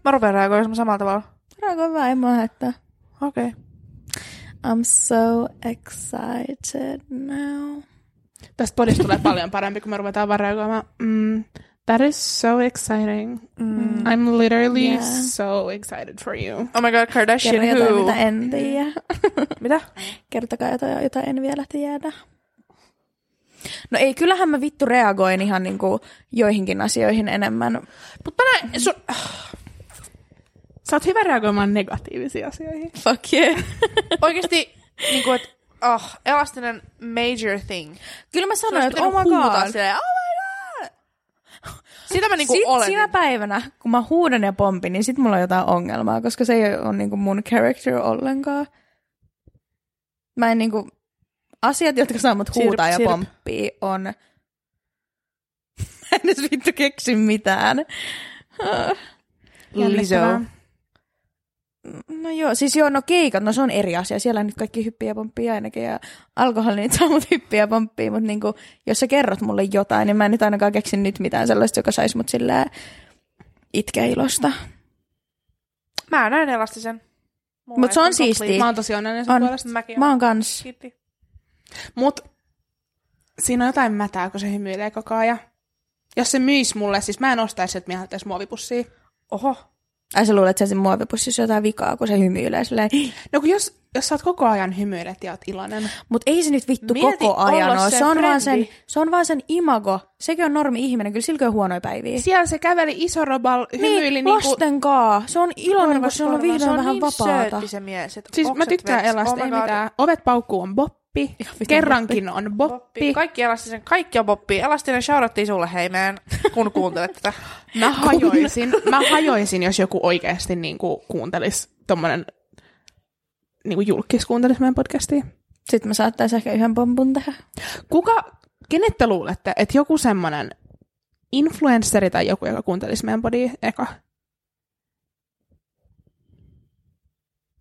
Speaker 3: Mä rupean reagoimaan samalla tavalla.
Speaker 1: Reagoin vaan, en mä haittaa.
Speaker 3: Okei. Okay.
Speaker 1: I'm so excited now.
Speaker 2: Tästä podista tulee paljon parempi, kun me ruvetaan vaan reagoimaan. Mm, that is so exciting.
Speaker 3: Mm.
Speaker 2: I'm literally yeah.
Speaker 1: Yeah.
Speaker 2: so excited for you.
Speaker 3: Oh my god, Kardashian
Speaker 1: Kerro jotain,
Speaker 3: who?
Speaker 1: mitä en tiedä.
Speaker 3: Mitä?
Speaker 1: Kertokaa jotain, jota en vielä tiedä. No ei, kyllähän mä vittu reagoin ihan niinku joihinkin asioihin enemmän.
Speaker 3: Mut mä näin... Sun...
Speaker 2: Sä oot hyvä reagoimaan negatiivisiin asioihin.
Speaker 1: Fuck yeah.
Speaker 3: Oikeesti, niinku et... Oh, elastinen major thing.
Speaker 1: Kyllä mä
Speaker 3: Mä
Speaker 1: sanoin,
Speaker 3: oon
Speaker 1: että oh my god.
Speaker 3: Silleen, oh my god. Sitä mä niinku
Speaker 1: Niin Sit
Speaker 3: olen.
Speaker 1: sinä päivänä, kun mä huudan ja pompin, niin sit mulla on jotain ongelmaa, koska se ei ole niinku mun character ollenkaan. Mä en niinku... Asiat, jotka saa mut
Speaker 3: Sirp,
Speaker 1: huutaa ja
Speaker 3: sirp.
Speaker 1: pomppii, on... Mä en edes vittu keksi mitään.
Speaker 2: Jännittävää.
Speaker 1: No joo, siis joo, no keikat, no se on eri asia. Siellä nyt kaikki hyppiä ja pomppii ainakin, ja alkoholi nyt saa mut hyppiä ja pomppii, mutta niinku, jos sä kerrot mulle jotain, niin mä en nyt ainakaan keksi nyt mitään sellaista, joka saisi mut sillä itkeä ilosta.
Speaker 3: Mä näin elastisen. Mulla
Speaker 1: Mut se
Speaker 3: ei
Speaker 1: on
Speaker 3: complete-
Speaker 1: siistiä.
Speaker 2: Mä oon tosi onnellinen sun
Speaker 1: On.
Speaker 2: puolesta.
Speaker 3: Mäkin
Speaker 1: Mä oon kans.
Speaker 3: Kiitti.
Speaker 2: Mut siinä on jotain mätää, kun se hymyilee koko ajan. Jos se myis mulle, siis mä en ostaisi, että mä haluaisin muovipussia.
Speaker 3: Oho.
Speaker 1: Ai sä luulet, että sen muovipussissa on jotain vikaa, kun se hymyilee silleen.
Speaker 2: No kun jos, jos sä oot koko ajan hymyilet ja oot iloinen.
Speaker 1: Mut ei se nyt vittu
Speaker 3: Mieti
Speaker 1: koko ajan
Speaker 3: olla
Speaker 1: ole.
Speaker 3: se
Speaker 1: Se, on vaan
Speaker 3: frendi.
Speaker 1: sen, se on vaan sen imago. Sekin on normi ihminen, kyllä silläkin on huonoja päiviä.
Speaker 2: niin Siellä se käveli iso robal, hymyili
Speaker 1: niin,
Speaker 2: niinku...
Speaker 1: lasten kaa. Se on iloinen, kun sillä on
Speaker 3: Korvaan. niinku Se
Speaker 1: vihdoin
Speaker 3: on
Speaker 1: vähän
Speaker 3: niin
Speaker 1: vapaata.
Speaker 3: söötti se mies. Et
Speaker 2: Siis mä
Speaker 3: okset
Speaker 2: tykkään
Speaker 3: veks.
Speaker 2: elasta,
Speaker 3: my
Speaker 2: ei
Speaker 3: god.
Speaker 2: mitään. Ovet paukkuu on boppi. Kerrankin on boppi.
Speaker 3: Boppi. Kaikki elastisen, kaikki on boppi. Elastinen shoutattiin sulle, hei man, kun kuuntelet tätä.
Speaker 2: Mä hajoisin, <laughs> mä hajoisin, jos joku oikeasti niinku kuuntelis tommonen niinku julkis kuuntelis meidän podcastia.
Speaker 1: Sitten mä saattais ehkä yhden pompun tehdä.
Speaker 2: Kuka, kenet te luulette, että joku semmonen influenssari tai joku, joka kuuntelisi meidän podia eka?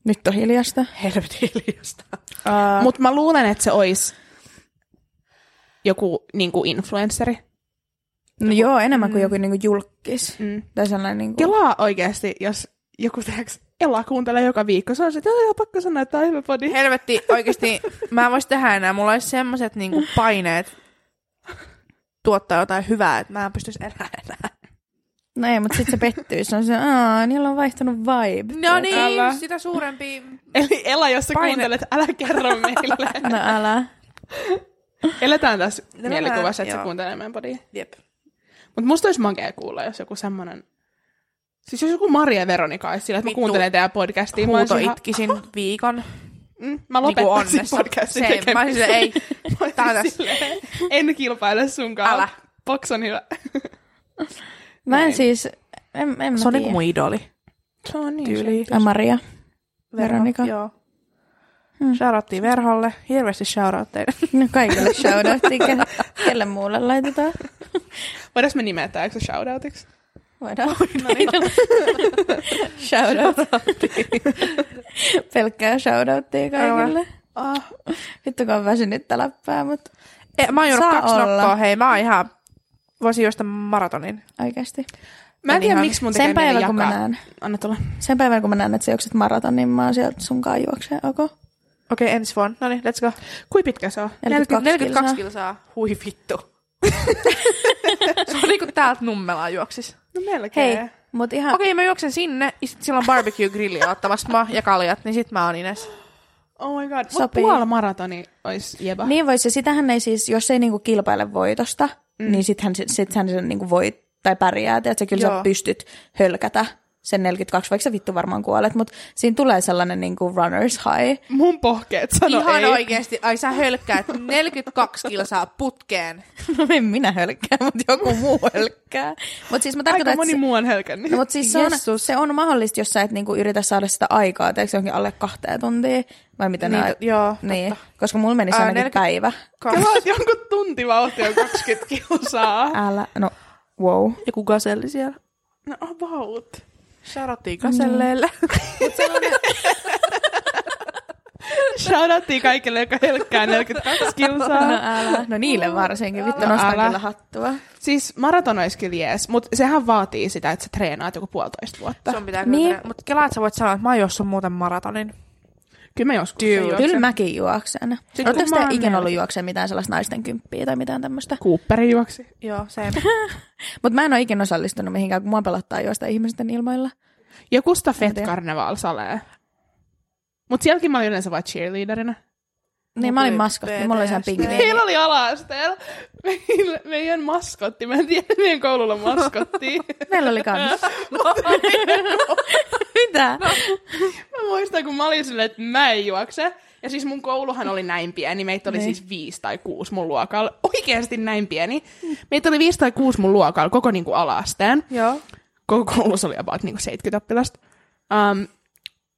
Speaker 1: Nyt on hiljasta.
Speaker 3: <laughs> Helvetin hiljasta. Äh.
Speaker 1: Uh,
Speaker 2: Mutta mä luulen, että se olisi joku niinku influenssari.
Speaker 1: no joo, enemmän
Speaker 3: Mm.
Speaker 1: kuin joku niinku julkis.
Speaker 2: Mm.
Speaker 1: Tai sellainen niinku...
Speaker 2: Kelaa oikeasti, jos joku teeks Ela kuuntelee joka viikko. Se on se, että joo, joo, pakko sanoa, että tämä on hyvä podi.
Speaker 3: Helvetti, oikeesti, mä en vois tehdä enää. Mulla olisi semmoset niinku paineet tuottaa jotain hyvää, että mä en pystyis elää enää.
Speaker 1: No ei, mutta sitten se pettyy. Se on se, aah, niillä on vaihtunut vibe.
Speaker 3: No niin,
Speaker 2: Älä.
Speaker 3: sitä suurempi
Speaker 2: Eli Ela, jos sä
Speaker 3: Paine- <laughs>
Speaker 2: kuuntelet, älä kerro meille.
Speaker 1: No älä.
Speaker 2: Eletään tässä
Speaker 3: Eletään,
Speaker 2: mielikuvassa, että
Speaker 3: No, joo.
Speaker 2: se kuuntelee meidän podia.
Speaker 3: Jep.
Speaker 2: Mutta musta olisi makea kuulla, jos joku semmonen... Siis jos joku Maria Veronika olisi sillä, että mä
Speaker 3: Vittu.
Speaker 2: kuuntelen teidän podcastia. mä
Speaker 3: Huuto
Speaker 2: olisin ihan-
Speaker 3: itkisin viikon.
Speaker 2: Mm, mä
Speaker 3: Niinku
Speaker 2: lopettaisin
Speaker 3: onnessa.
Speaker 2: podcastin
Speaker 3: Se, mä olisin,
Speaker 2: tekemisen.
Speaker 3: ei.
Speaker 2: Mä <laughs> olisin
Speaker 3: Tää on tässä.
Speaker 2: silleen, En kilpaile sunkaan.
Speaker 3: Älä.
Speaker 2: Box on hyvä.
Speaker 1: Mä en
Speaker 2: Näin.
Speaker 1: siis, en, en mä
Speaker 3: No Se on
Speaker 1: tiedä.
Speaker 3: niinku mun idoli.
Speaker 2: Se on niin.
Speaker 3: Tyyli.
Speaker 1: Ja Maria. Veronika.
Speaker 3: Joo.
Speaker 1: Hmm.
Speaker 3: Shoutouttiin Verholle. Hirveästi shoutoutteja.
Speaker 1: No kaikille shoutoutti, ke- kelle muulle laitetaan.
Speaker 2: Voidaanko me nimetää, eikö se shoutoutiksi?
Speaker 1: Voidaan. <laughs> No
Speaker 3: <laughs>
Speaker 1: niin. Shoutout. Pelkkää shoutouttia kaikille.
Speaker 2: Ah,
Speaker 1: Vittu kun on väsynyttä läppää, mutta
Speaker 3: E, mä oon juonut
Speaker 1: Saa
Speaker 3: kaksi
Speaker 1: olla.
Speaker 3: nokkoa. Hei, mä oon ihan... Voisin juosta maratonin.
Speaker 1: oikeasti.
Speaker 2: mä en
Speaker 3: On
Speaker 2: tiedä,
Speaker 3: ihan-
Speaker 2: miksi mun tekee
Speaker 1: Sen
Speaker 2: mieli
Speaker 1: päivän, kun mä
Speaker 2: jakaa.
Speaker 1: näen,
Speaker 2: Anna tulla.
Speaker 1: sen päivän, kun mä näen, että sä juokset maraton, niin mä oon sieltä sunkaan juokseen, ok?
Speaker 3: Okei, okay, ensi vuonna. No niin, let's go.
Speaker 2: Kui pitkä se on?
Speaker 1: 42
Speaker 3: 42
Speaker 1: kilsaa.
Speaker 3: kilsaa. Hui vittu. <laughs> se on niinku täältä nummelaa juoksis.
Speaker 2: No melkein.
Speaker 1: Hei,
Speaker 2: Hei.
Speaker 1: mut ihan...
Speaker 3: Okei, okay, mä juoksen sinne, ja sit silloin barbecue-grilliä ottamassa mä ja kaljat, niin sit mä oon Ines.
Speaker 2: Oh my god. Mut
Speaker 1: Sopii.
Speaker 2: puoli maratoni olisi jeba.
Speaker 1: Niin voisi, ja sitähän ei siis, jos ei niinku kilpaile voitosta, mm. niin sittenhän, sittenhän sen niinku voi, tai pärjää, että kyllä Joo.
Speaker 3: Joo.
Speaker 1: sä pystyt hölkätä sen 42, vaikka sä vittu varmaan kuolet, mutta siinä tulee sellainen niinku runner's high. <laughs>
Speaker 2: Mun pohkeet
Speaker 1: No
Speaker 2: sano
Speaker 3: Ihan
Speaker 2: ei.
Speaker 3: oikeesti. Ai sä hölkkäät 42 kilsaa putkeen.
Speaker 1: No en minä hölkkää, mutta joku <laughs> muu hölkkää. Mutta siis mä tarkoitan,
Speaker 2: Aika
Speaker 1: että
Speaker 2: moni
Speaker 1: se-
Speaker 2: muu on hölkännyt.
Speaker 1: no, mut siis se, on,
Speaker 3: Jessus.
Speaker 1: se on mahdollista, jos sä et niinku yritä saada sitä aikaa, teekö se onkin alle kahteen tuntiin, vai miten
Speaker 3: Niin,
Speaker 1: nää-
Speaker 3: to- joo,
Speaker 1: niin, koska mulla meni se
Speaker 3: Ää,
Speaker 1: ainakin
Speaker 3: 40
Speaker 1: päivä.
Speaker 3: Ka-
Speaker 2: Kelaat jonkun tunti vauhtia on 20 kilsaa.
Speaker 1: Älä, no wow.
Speaker 3: Joku gaselli siellä.
Speaker 2: No about.
Speaker 3: Shoutouttiin gaselleille.
Speaker 2: Shoutouttiin kaikille, jotka helkkää 42
Speaker 1: No
Speaker 2: kilsaa.
Speaker 1: <laughs> älä, no niille varsinkin, vittu
Speaker 2: No
Speaker 1: nostan
Speaker 2: älä.
Speaker 1: kyllä hattua.
Speaker 2: Siis maraton olisi kyllä jees, mutta sehän vaatii sitä, että sä treenaat joku puolitoista vuotta.
Speaker 3: Sun pitää
Speaker 1: Niin.
Speaker 3: niin. Mutta kelaat sä voit sanoa, että mä oon juossut muuten maratonin.
Speaker 2: Kyllä mä joskus
Speaker 3: Dude.
Speaker 2: juoksen.
Speaker 1: Kyllä mäkin juoksen.
Speaker 2: kun
Speaker 1: Oletteko
Speaker 2: mä
Speaker 1: te
Speaker 2: oon
Speaker 1: ikinä
Speaker 2: neljä-
Speaker 1: ollut juokseen mitään sellaista naisten kymppiä tai mitään tämmöistä?
Speaker 2: Cooperi juoksi.
Speaker 3: Joo, se.
Speaker 1: Mutta mä en ole ikinä osallistunut mihinkään, kun mua pelottaa juosta ihmisten ilmoilla.
Speaker 2: Joku sitä Fed
Speaker 1: tiedä.
Speaker 2: Carnival salee. Mut sielläkin mä olin yleensä vain cheerleaderina.
Speaker 1: Niin mä
Speaker 3: Mulla
Speaker 1: olin
Speaker 3: tuli
Speaker 1: maskotti, mulla oli sehän
Speaker 3: PTSD.
Speaker 1: pingviini.
Speaker 2: Meillä oli ala-asteella meillä, meidän maskotti. Mä en tiedä, meidän koululla on maskotti.
Speaker 1: Meillä oli kans.
Speaker 2: <laughs>
Speaker 1: Mitä?
Speaker 2: Mä muistan, kun mä olin silleen, että mä en juokse. Ja siis mun kouluhan oli näin pieni. Meitä oli
Speaker 1: Niin.
Speaker 2: siis viisi tai kuusi mun luokalla. Oikeasti näin pieni. Meitä oli viisi tai kuusi mun luokalla koko niinku ala-asteen.
Speaker 3: Joo.
Speaker 2: Koko koulussa oli about niinku 70 oppilasta. Um,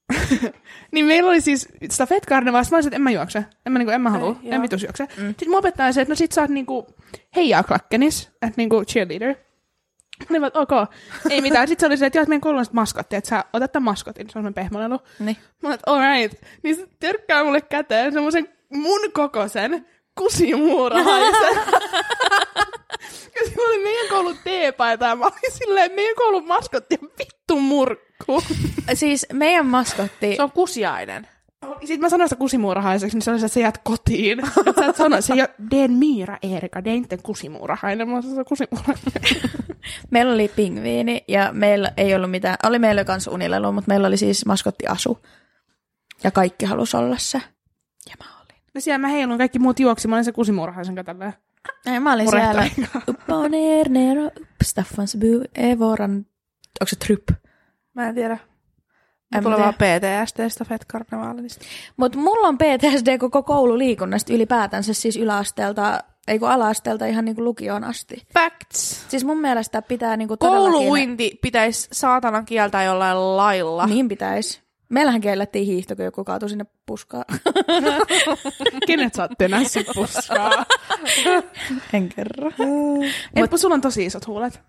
Speaker 2: <laughs> niin meillä oli siis sitä Fed Carnivalista. Mä olisin, että en mä juokse. En mä, niinku, en mä halua.
Speaker 3: Ei,
Speaker 2: en
Speaker 3: joo.
Speaker 2: vitus juokse. Mm. Sitten mun opettaja oli se, että no sit sä oot niinku heijaa klakkenis. Että niinku cheerleader. Mä olin vaan, että ok, ei mitään. Sitten se oli se, että joo, että meidän koululla on sit maskotti, että sä otat tämän maskotin, se on semmoinen pehmolelu.
Speaker 1: Niin.
Speaker 2: Mä oon, että alright. Niin se törkkää mulle käteen semmoisen mun kokoisen kusimuurahaisen. <laughs> ja sillä oli meidän koulun teepaita ja mä olin silleen, meidän koulun maskotti on vittu murkku.
Speaker 1: Siis meidän maskotti,
Speaker 3: Se on kusiainen.
Speaker 2: Sitten mä sanoin sitä kusimuurahaiseksi, niin se oli se, että sä jäät kotiin. Et sä et sano, se ei ole den Miira Erika, den itten kusimuurahainen. Mä oon se kusimuurahainen.
Speaker 1: meillä oli pingviini ja meillä ei ollut mitään, oli meillä kans unilelu, mutta meillä oli siis maskotti Asu. Ja kaikki halusi olla se. Ja mä olin.
Speaker 2: No siellä mä heilun kaikki muut juoksi, mä olin se kusimuurahaisen katselleen.
Speaker 1: Ei, mä olin
Speaker 2: Murehtaa.
Speaker 1: siellä. Uppa on er, nero, upp, Staffan Sbu, Evoran, onko se tryp?
Speaker 3: Mä en tiedä.
Speaker 1: En
Speaker 3: Mä tulee
Speaker 1: mä
Speaker 3: vaan PTSDstä Fed Carnivalinista.
Speaker 1: Mutta mulla on PTSD koko koululiikunnasta ylipäätänsä siis yläasteelta, ei kun ala-asteelta ihan niinku lukioon asti.
Speaker 3: Facts.
Speaker 1: Siis mun mielestä pitää niinku todellakin...
Speaker 3: Kouluuinti pitäisi saatanan kieltää jollain lailla.
Speaker 1: Niin pitäis. Meillähän kiellettiin hiihto, kun joku kaatui sinne puskaan.
Speaker 2: Kenet sä oot tönässyt puskaa?
Speaker 1: en kerro.
Speaker 2: Mut... sulla on tosi isot huulet.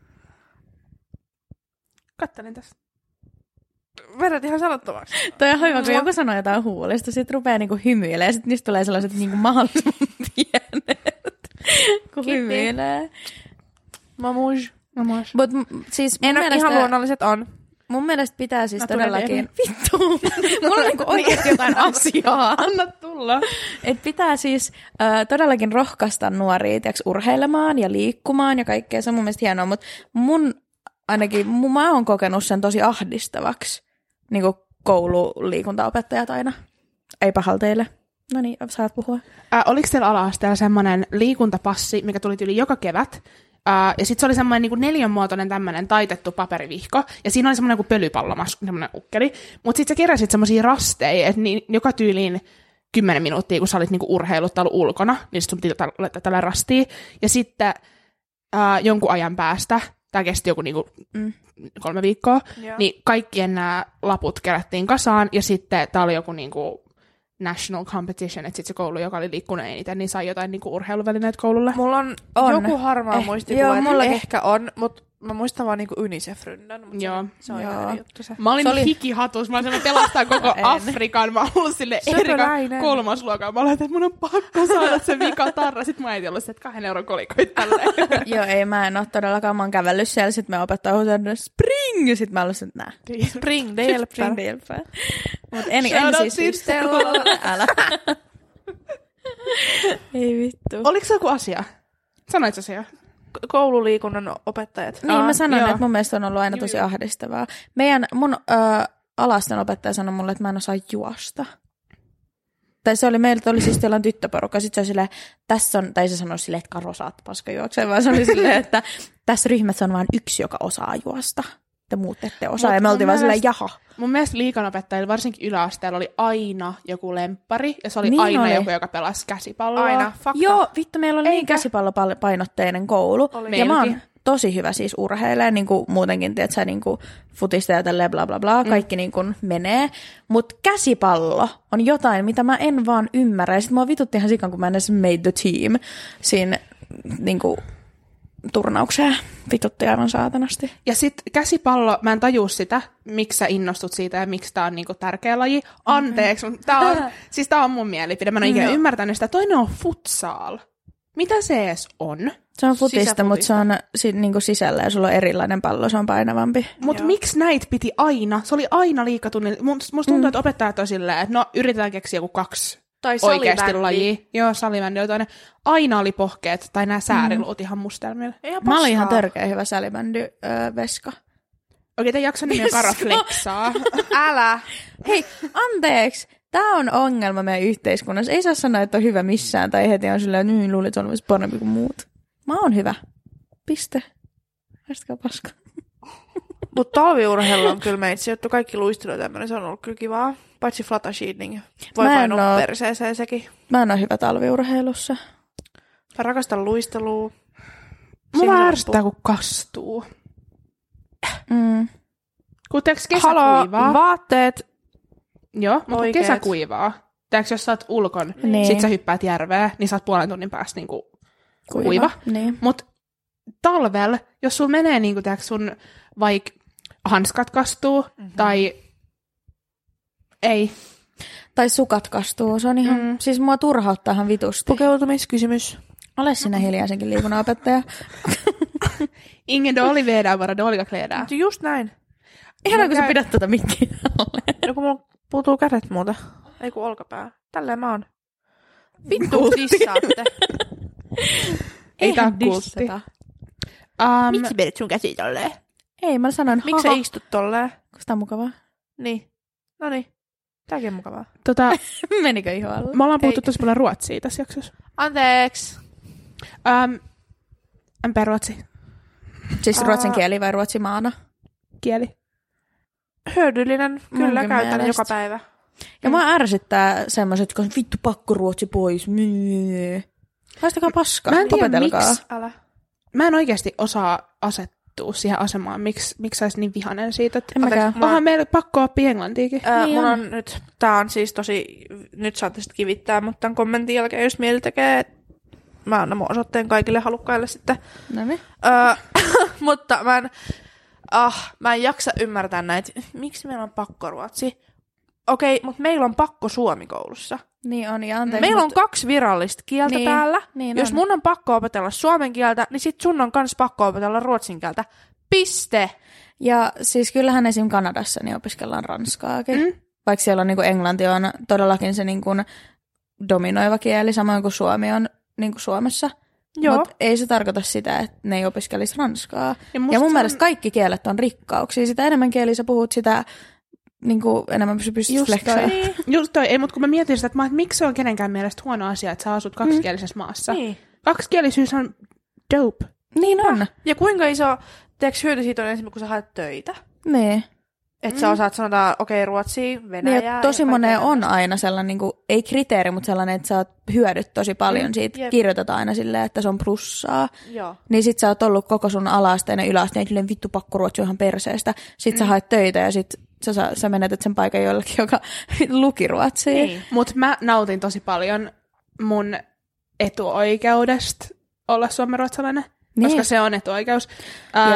Speaker 2: Kattelin tässä.
Speaker 3: Vedät ihan sanottomaksi.
Speaker 1: Toi on hyvä, kun joku sanoo jotain huulista, sit rupeaa niinku hymyilee ja sit niistä tulee sellaiset niinku mahdollisimman <laughs> pienet, kun
Speaker 3: Kiitti.
Speaker 1: hymyilee.
Speaker 3: Mamuj. Mamuj.
Speaker 1: Mut m- siis mun
Speaker 3: En ole ihan luonnolliset on.
Speaker 1: Mun mielestä pitää siis
Speaker 2: Mä tulen
Speaker 1: todellakin... Vittu! Mulla on niinku oikeasti jotain asiaa.
Speaker 2: Anna tulla.
Speaker 1: Et pitää siis äh, todellakin rohkaista nuoria tiiäks, urheilemaan ja liikkumaan ja kaikkea. Se on mun mielestä hienoa, mutta mun ainakin, mun, mä oon kokenut sen tosi ahdistavaksi. Niin kuin koululiikuntaopettajat aina. Ei pahalta teille. No niin, saat puhua.
Speaker 2: Äh, oliko teillä ala-asteella semmoinen liikuntapassi, mikä tuli yli joka kevät? Äh, ja sitten se oli semmoinen niin neljänmuotoinen tämmöinen taitettu paperivihko. Ja siinä oli semmoinen kuin pölypallomas, semmoinen ukkeli. Mutta sitten sä keräsit semmoisia rasteja, että niin, joka tyyliin 10 minuuttia, kun sä olit niinku urheillut tai ollut ulkona, niin sit sun piti ta- laittaa tällä rastia. Ja sitten äh, jonkun ajan päästä, tämä kesti joku niinku
Speaker 1: Mm.
Speaker 2: kolme viikkoa,
Speaker 3: Joo.
Speaker 2: niin kaikkien nämä laput kerättiin kasaan, ja sitten tämä oli joku niinku national competition, että sitten se koulu, joka oli liikkunut eniten, niin sai jotain niinku urheiluvälineitä koululle.
Speaker 3: Mulla on,
Speaker 1: On.
Speaker 3: on. joku harmaa
Speaker 1: Eh,
Speaker 3: eh, muistikuva,
Speaker 1: joo,
Speaker 3: joo,
Speaker 1: mullakin.
Speaker 3: ehkä on, mutta mä muistan vaan niinku Unicef-rynnän. mut
Speaker 2: Joo.
Speaker 3: Se, se on
Speaker 1: Joo.
Speaker 3: ihan eri juttu se.
Speaker 2: Mä olin
Speaker 1: Se oli-
Speaker 2: hikihatus, mä olin pelastaa <laughs> koko
Speaker 1: En.
Speaker 2: Afrikan, mä olin sille
Speaker 3: Söpöläinen.
Speaker 2: Erika kolmasluokaa, mä olin, että mun on pakko saada se vika tarra, sit mä äiti ollut se, että kahden euron kolikoit tälleen.
Speaker 1: <laughs> Joo, ei mä en ole todellakaan. Mä oon kävellyt siellä, sit me opettaja on sanonut, spring! Ja sit mä olen että nää.
Speaker 3: <laughs> Springdale.
Speaker 1: Spring delfää. Mut en, en
Speaker 2: Shout out
Speaker 1: siis Stella. <laughs> Älä. ei
Speaker 2: <laughs>
Speaker 1: vittu.
Speaker 2: Oliko se joku asia? Sanoit sä se jo?
Speaker 3: K- koululiikunnan opettajat. Ah,
Speaker 1: Niin mä
Speaker 2: Aa,
Speaker 1: sanoin,
Speaker 2: Ah, joo.
Speaker 1: että mun mielestä on ollut aina
Speaker 2: Joo,
Speaker 1: tosi
Speaker 2: joo.
Speaker 1: ahdistavaa. Meidän, mun ö, alaston opettaja sanoi mulle, että mä en osaa juosta. Tai se oli, meiltä oli siis teillä tyttöporukka, sit se oli silleen, tässä on, tai se sanoi silleen, että Karo saat paska juokseen, vaan se oli silleen, että tässä ryhmässä on vain yksi, joka osaa juosta. Te muut ette osaa,
Speaker 2: Mut
Speaker 1: ja me
Speaker 2: mun
Speaker 1: oltiin vaan silleen,
Speaker 2: mielestä-
Speaker 1: jaha.
Speaker 2: Mun mielestä liikanopettajilla, varsinkin yläasteella, oli aina joku lemppari, ja se oli
Speaker 1: Niin
Speaker 2: niin aina
Speaker 1: oli.
Speaker 2: oli. joku, joka pelasi käsipalloa.
Speaker 3: Aina. Fakta.
Speaker 1: Joo, vittu, meillä oli niin
Speaker 2: Eikä?
Speaker 1: käsipallopainotteinen koulu.
Speaker 3: Oli.
Speaker 1: Ja mä oon
Speaker 2: Meilläkin.
Speaker 1: tosi hyvä siis urheilee, niin kuin muutenkin, tiedät sä, niin kuin futista ja tälleen bla bla
Speaker 3: Mm.
Speaker 1: bla, kaikki niin kuin menee. Mutta käsipallo on jotain, mitä mä en vaan ymmärrä. Ja sit mua vitutti ihan sikan, kun mä en edes made the team siinä niin kuin, turnaukseen. Vitutti aivan saatanasti.
Speaker 2: Ja sitten käsipallo, mä en tajua sitä, miksi sä innostut siitä ja miksi tää on niinku tärkeä laji. Anteeksi, mutta tää on,
Speaker 3: <laughs>
Speaker 2: siis tää on mun mielipide. Mä en ole ikinä
Speaker 3: No.
Speaker 1: Joo.
Speaker 2: ymmärtänyt sitä. Toinen on futsal. Mitä se edes on?
Speaker 1: Se on futista,
Speaker 3: Sisäfutista.
Speaker 1: mutta se on si- niin kuin sisällä ja sulla on erilainen pallo, se on painavampi.
Speaker 2: Mutta
Speaker 3: Joo.
Speaker 2: miksi näitä piti aina? Se oli aina liikatunnilla. Musta must tuntuu, mm. että opettajat on silleen, että no yritetään keksiä joku kaksi
Speaker 3: Tai
Speaker 2: oikeasti
Speaker 3: salibändi.
Speaker 2: lajia. Joo, salibändi on toinen. Aina oli pohkeet tai nämä
Speaker 3: Mm.
Speaker 2: sääriluut ihan mustelmilla.
Speaker 3: Ihan
Speaker 1: Mä olin ihan
Speaker 3: paskaa.
Speaker 1: törkeä hyvä salibändi öö, veska.
Speaker 2: Okei, te
Speaker 3: <laughs>
Speaker 2: jakson nimi on Kara
Speaker 1: Vesko.
Speaker 2: Flexaa.
Speaker 3: Älä.
Speaker 1: Hei, anteeksi. Tämä on ongelma meidän yhteiskunnassa. Ei saa sanoa, että on hyvä missään tai heti on silleen, että niin, luulit olevasi parempi kuin muut. Mä oon hyvä. Piste. Haistakaa paska.
Speaker 3: Mutta talviurheilu on kyllä meitsi juttu. Kaikki luistelu ja tämmöinen, se on ollut kyllä kivaa. Paitsi flutter shielding. Voi
Speaker 1: Mä en
Speaker 3: painua
Speaker 1: oo-
Speaker 3: perseeseen sekin.
Speaker 1: Mä en ole hyvä talviurheilussa.
Speaker 3: Mä rakastan luistelua.
Speaker 2: Mua
Speaker 3: Siihen
Speaker 2: ärsyttää, kun kastuu.
Speaker 1: Mm.
Speaker 2: Kun teeks kesä
Speaker 3: Haloo,
Speaker 2: kuivaa.
Speaker 3: vaatteet.
Speaker 2: Joo, mutta kun
Speaker 3: Oikeet.
Speaker 2: kesä kuivaa. Teeks, jos sä oot ulkon,
Speaker 1: Niin.
Speaker 2: niin. sit sä hyppäät järveä, niin sä oot puolen tunnin päästä niinku kuiva. kuiva.
Speaker 1: Niin.
Speaker 2: Mut talvel, jos sulla menee niinku teeks sun vaik hanskat kastuu, mm-hmm. tai ei.
Speaker 1: Tai sukat kastuu. Se on ihan, mm.
Speaker 2: Mm.
Speaker 1: siis mua turhauttaa ihan vitusti.
Speaker 3: Pukeutumiskysymys.
Speaker 1: Ole sinä hiljaisenkin <laughs> liikunnanopettaja.
Speaker 2: Ingen dålig vedä, bara dåliga kläder.
Speaker 3: Mutta just näin.
Speaker 1: Ihan kun sä
Speaker 2: Käy-
Speaker 1: pidät tätä mikkiä alle.
Speaker 3: No kun mulla puutuu kädet muuta. Ei kun olkapää. Tälleen mä oon. Vittu siis
Speaker 1: Kultti.
Speaker 3: dissaatte.
Speaker 2: Ei tää
Speaker 1: Eihän
Speaker 2: oo kultti.
Speaker 1: dissata.
Speaker 2: Um,
Speaker 3: vedät sun käsi tolleen?
Speaker 1: Ei, mä sanoin,
Speaker 3: Miksi sä
Speaker 1: haha,
Speaker 3: istut tolleen?
Speaker 1: kun sitä on mukavaa. <laughs>
Speaker 3: Niin. No niin. Tääkin on mukavaa.
Speaker 2: tota,
Speaker 1: Menikö iho alle?
Speaker 2: me ollaan puhuttu
Speaker 3: Ei.
Speaker 2: tosi paljon ruotsia tässä jaksossa.
Speaker 3: Anteeksi.
Speaker 2: Um, MP ruotsi,
Speaker 1: Siis
Speaker 3: Aa.
Speaker 1: ruotsin kieli vai ruotsimaana?
Speaker 2: kieli.
Speaker 3: Hyödyllinen. Kyllä
Speaker 1: Munkin
Speaker 3: käytän
Speaker 1: mielestä.
Speaker 3: joka päivä.
Speaker 1: Ja mua ärsyttää semmoiset, kun vittu pakko ruotsi pois. myy. Haistakaa paskaa,
Speaker 2: Mä en tiedä,
Speaker 1: opetelkaa.
Speaker 2: miksi.
Speaker 3: Älä.
Speaker 2: mä en oikeasti osaa asettua siihen asemaan, miksi, miksi olisi niin vihanen siitä, että
Speaker 1: En mäkään.
Speaker 3: Mä-
Speaker 2: onhan meillä pakko oppia englantiakin.
Speaker 3: Ää,
Speaker 1: Niin
Speaker 3: niin mun
Speaker 1: on.
Speaker 3: on. nyt, tää on siis tosi, nyt saatte sitten kivittää, mutta tämän kommentin jälkeen, jos mieli tekee, mä annan mun osoitteen kaikille halukkaille sitten.
Speaker 1: No niin.
Speaker 3: Öö, <laughs> mutta mä en, ah, mä en jaksa ymmärtää näitä. Miksi meillä on pakko ruotsi? Okei, mutta meillä on pakko suomi koulussa.
Speaker 1: Niin on, ja anteeksi.
Speaker 3: meillä on
Speaker 1: mut-
Speaker 3: kaksi virallista kieltä
Speaker 1: Niin,
Speaker 3: täällä.
Speaker 1: niin
Speaker 3: Jos
Speaker 1: on.
Speaker 3: mun on pakko opetella suomen kieltä, niin sit sun on kans pakko opetella ruotsin kieltä. Piste!
Speaker 1: Ja siis kyllähän esim. Kanadassa niin opiskellaan ranskaakin. Mm. Vaikka siellä on niin kuin englanti on todellakin se niin kuin dominoiva kieli, samoin kuin suomi on niin kuin Suomessa.
Speaker 3: Joo.
Speaker 1: Mutta ei se tarkoita sitä, että ne ei opiskelisi ranskaa.
Speaker 2: Ja
Speaker 1: Ja
Speaker 2: musta
Speaker 1: mun
Speaker 2: se
Speaker 1: mielestä
Speaker 2: on-
Speaker 1: kaikki kielet on rikkauksia. Sitä enemmän kieliä sä puhut, sitä niin kuin, enemmän pysty pystyt
Speaker 3: Niin.
Speaker 2: Just toi.
Speaker 1: flexaamaan.
Speaker 2: Just toi, ei, mutta kun mä mietin sitä, että, mä, että miksi se on kenenkään mielestä huono asia, että sä asut
Speaker 1: Mm.
Speaker 2: kaksikielisessä maassa.
Speaker 3: Niin.
Speaker 2: Kaksikielisyys on dope.
Speaker 1: Niin on.
Speaker 3: Ja kuinka iso teeks hyöty siitä on ensin, kun sä haet töitä?
Speaker 1: Niin.
Speaker 3: Että mm. sä osaat sanotaan, okei, okay, ruotsia,
Speaker 1: Niin,
Speaker 3: venäjää.
Speaker 1: ja
Speaker 3: ja
Speaker 1: tosi
Speaker 3: kaikkea
Speaker 1: moneen
Speaker 3: tämmöistä.
Speaker 1: on aina sellainen, niin kuin, ei kriteeri, mutta sellainen, että sä oot hyödyt tosi paljon siitä.
Speaker 3: jep.
Speaker 1: Kirjoitetaan aina silleen, että se on plussaa.
Speaker 3: Joo.
Speaker 1: Niin sit sä oot ollut koko sun alaasteen ja yläasteen, että vittu pakko ruotsi on ihan perseestä. Sit mm. sä haet töitä ja sit sä, sä, sä menetät sen paikan jollekin, joka <laughs> luki ruotsia.
Speaker 3: Niin.
Speaker 2: Mutta mä nautin tosi paljon mun etuoikeudesta olla suomenruotsalainen,
Speaker 1: Niin.
Speaker 2: niin. koska se on etuoikeus.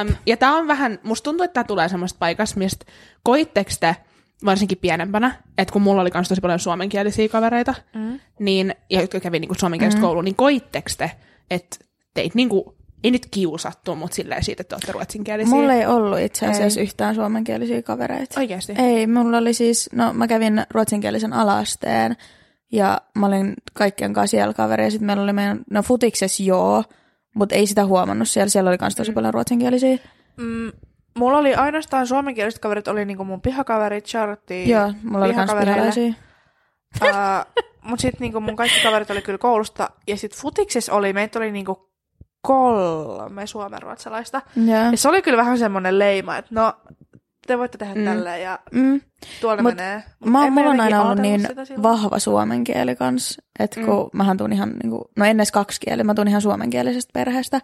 Speaker 2: Um, ja tämä on vähän, musta tuntuu, että tämä tulee semmoista paikasta, mistä koitteko te, varsinkin pienempänä, että kun mulla oli myös tosi paljon suomenkielisiä kavereita, mm. niin, ja jotka kävi niinku suomenkielistä mm. kouluun, niin koitteko te, että teit niinku, ei nyt kiusattu, mutta silleen siitä, että te olette ruotsinkielisiä.
Speaker 1: Mulla ei ollut itse asiassa yhtään suomenkielisiä kavereita.
Speaker 2: Oikeasti?
Speaker 1: Ei, mulla oli siis, no mä kävin ruotsinkielisen alasteen ja mä olin kaikkien kanssa siellä kaveri ja sitten meillä oli meidän, no futiksessa joo, mutta ei sitä huomannut siellä, siellä oli myös tosi paljon ruotsinkielisiä.
Speaker 3: Mm, mulla oli ainoastaan suomenkieliset kaverit, oli niinku mun pihakaverit, Charlotte,
Speaker 1: Joo, mulla oli myös
Speaker 3: <laughs>
Speaker 1: pihalaisia.
Speaker 3: Uh, mut sit niinku mun kaikki kaverit oli kyllä koulusta. Ja sit futiksessa oli, meitä oli niinku kolme suomenruotsalaista.
Speaker 1: Joo.
Speaker 3: Ja se oli kyllä vähän semmoinen leima, että no, te voitte tehdä mm. tälleen ja
Speaker 1: Mm.
Speaker 3: tuolla
Speaker 1: Mut
Speaker 3: Mut menee. Mut
Speaker 1: Mä,
Speaker 3: en
Speaker 1: mulla on
Speaker 3: jotenkin
Speaker 1: aina ollut
Speaker 3: ajatellut
Speaker 1: niin
Speaker 3: sitä silloin.
Speaker 1: vahva suomen kieli kans, että kun mähän tuun ihan, niin kuin, no ennen kaksi kieli, mä tuun ihan suomenkielisestä perheestä,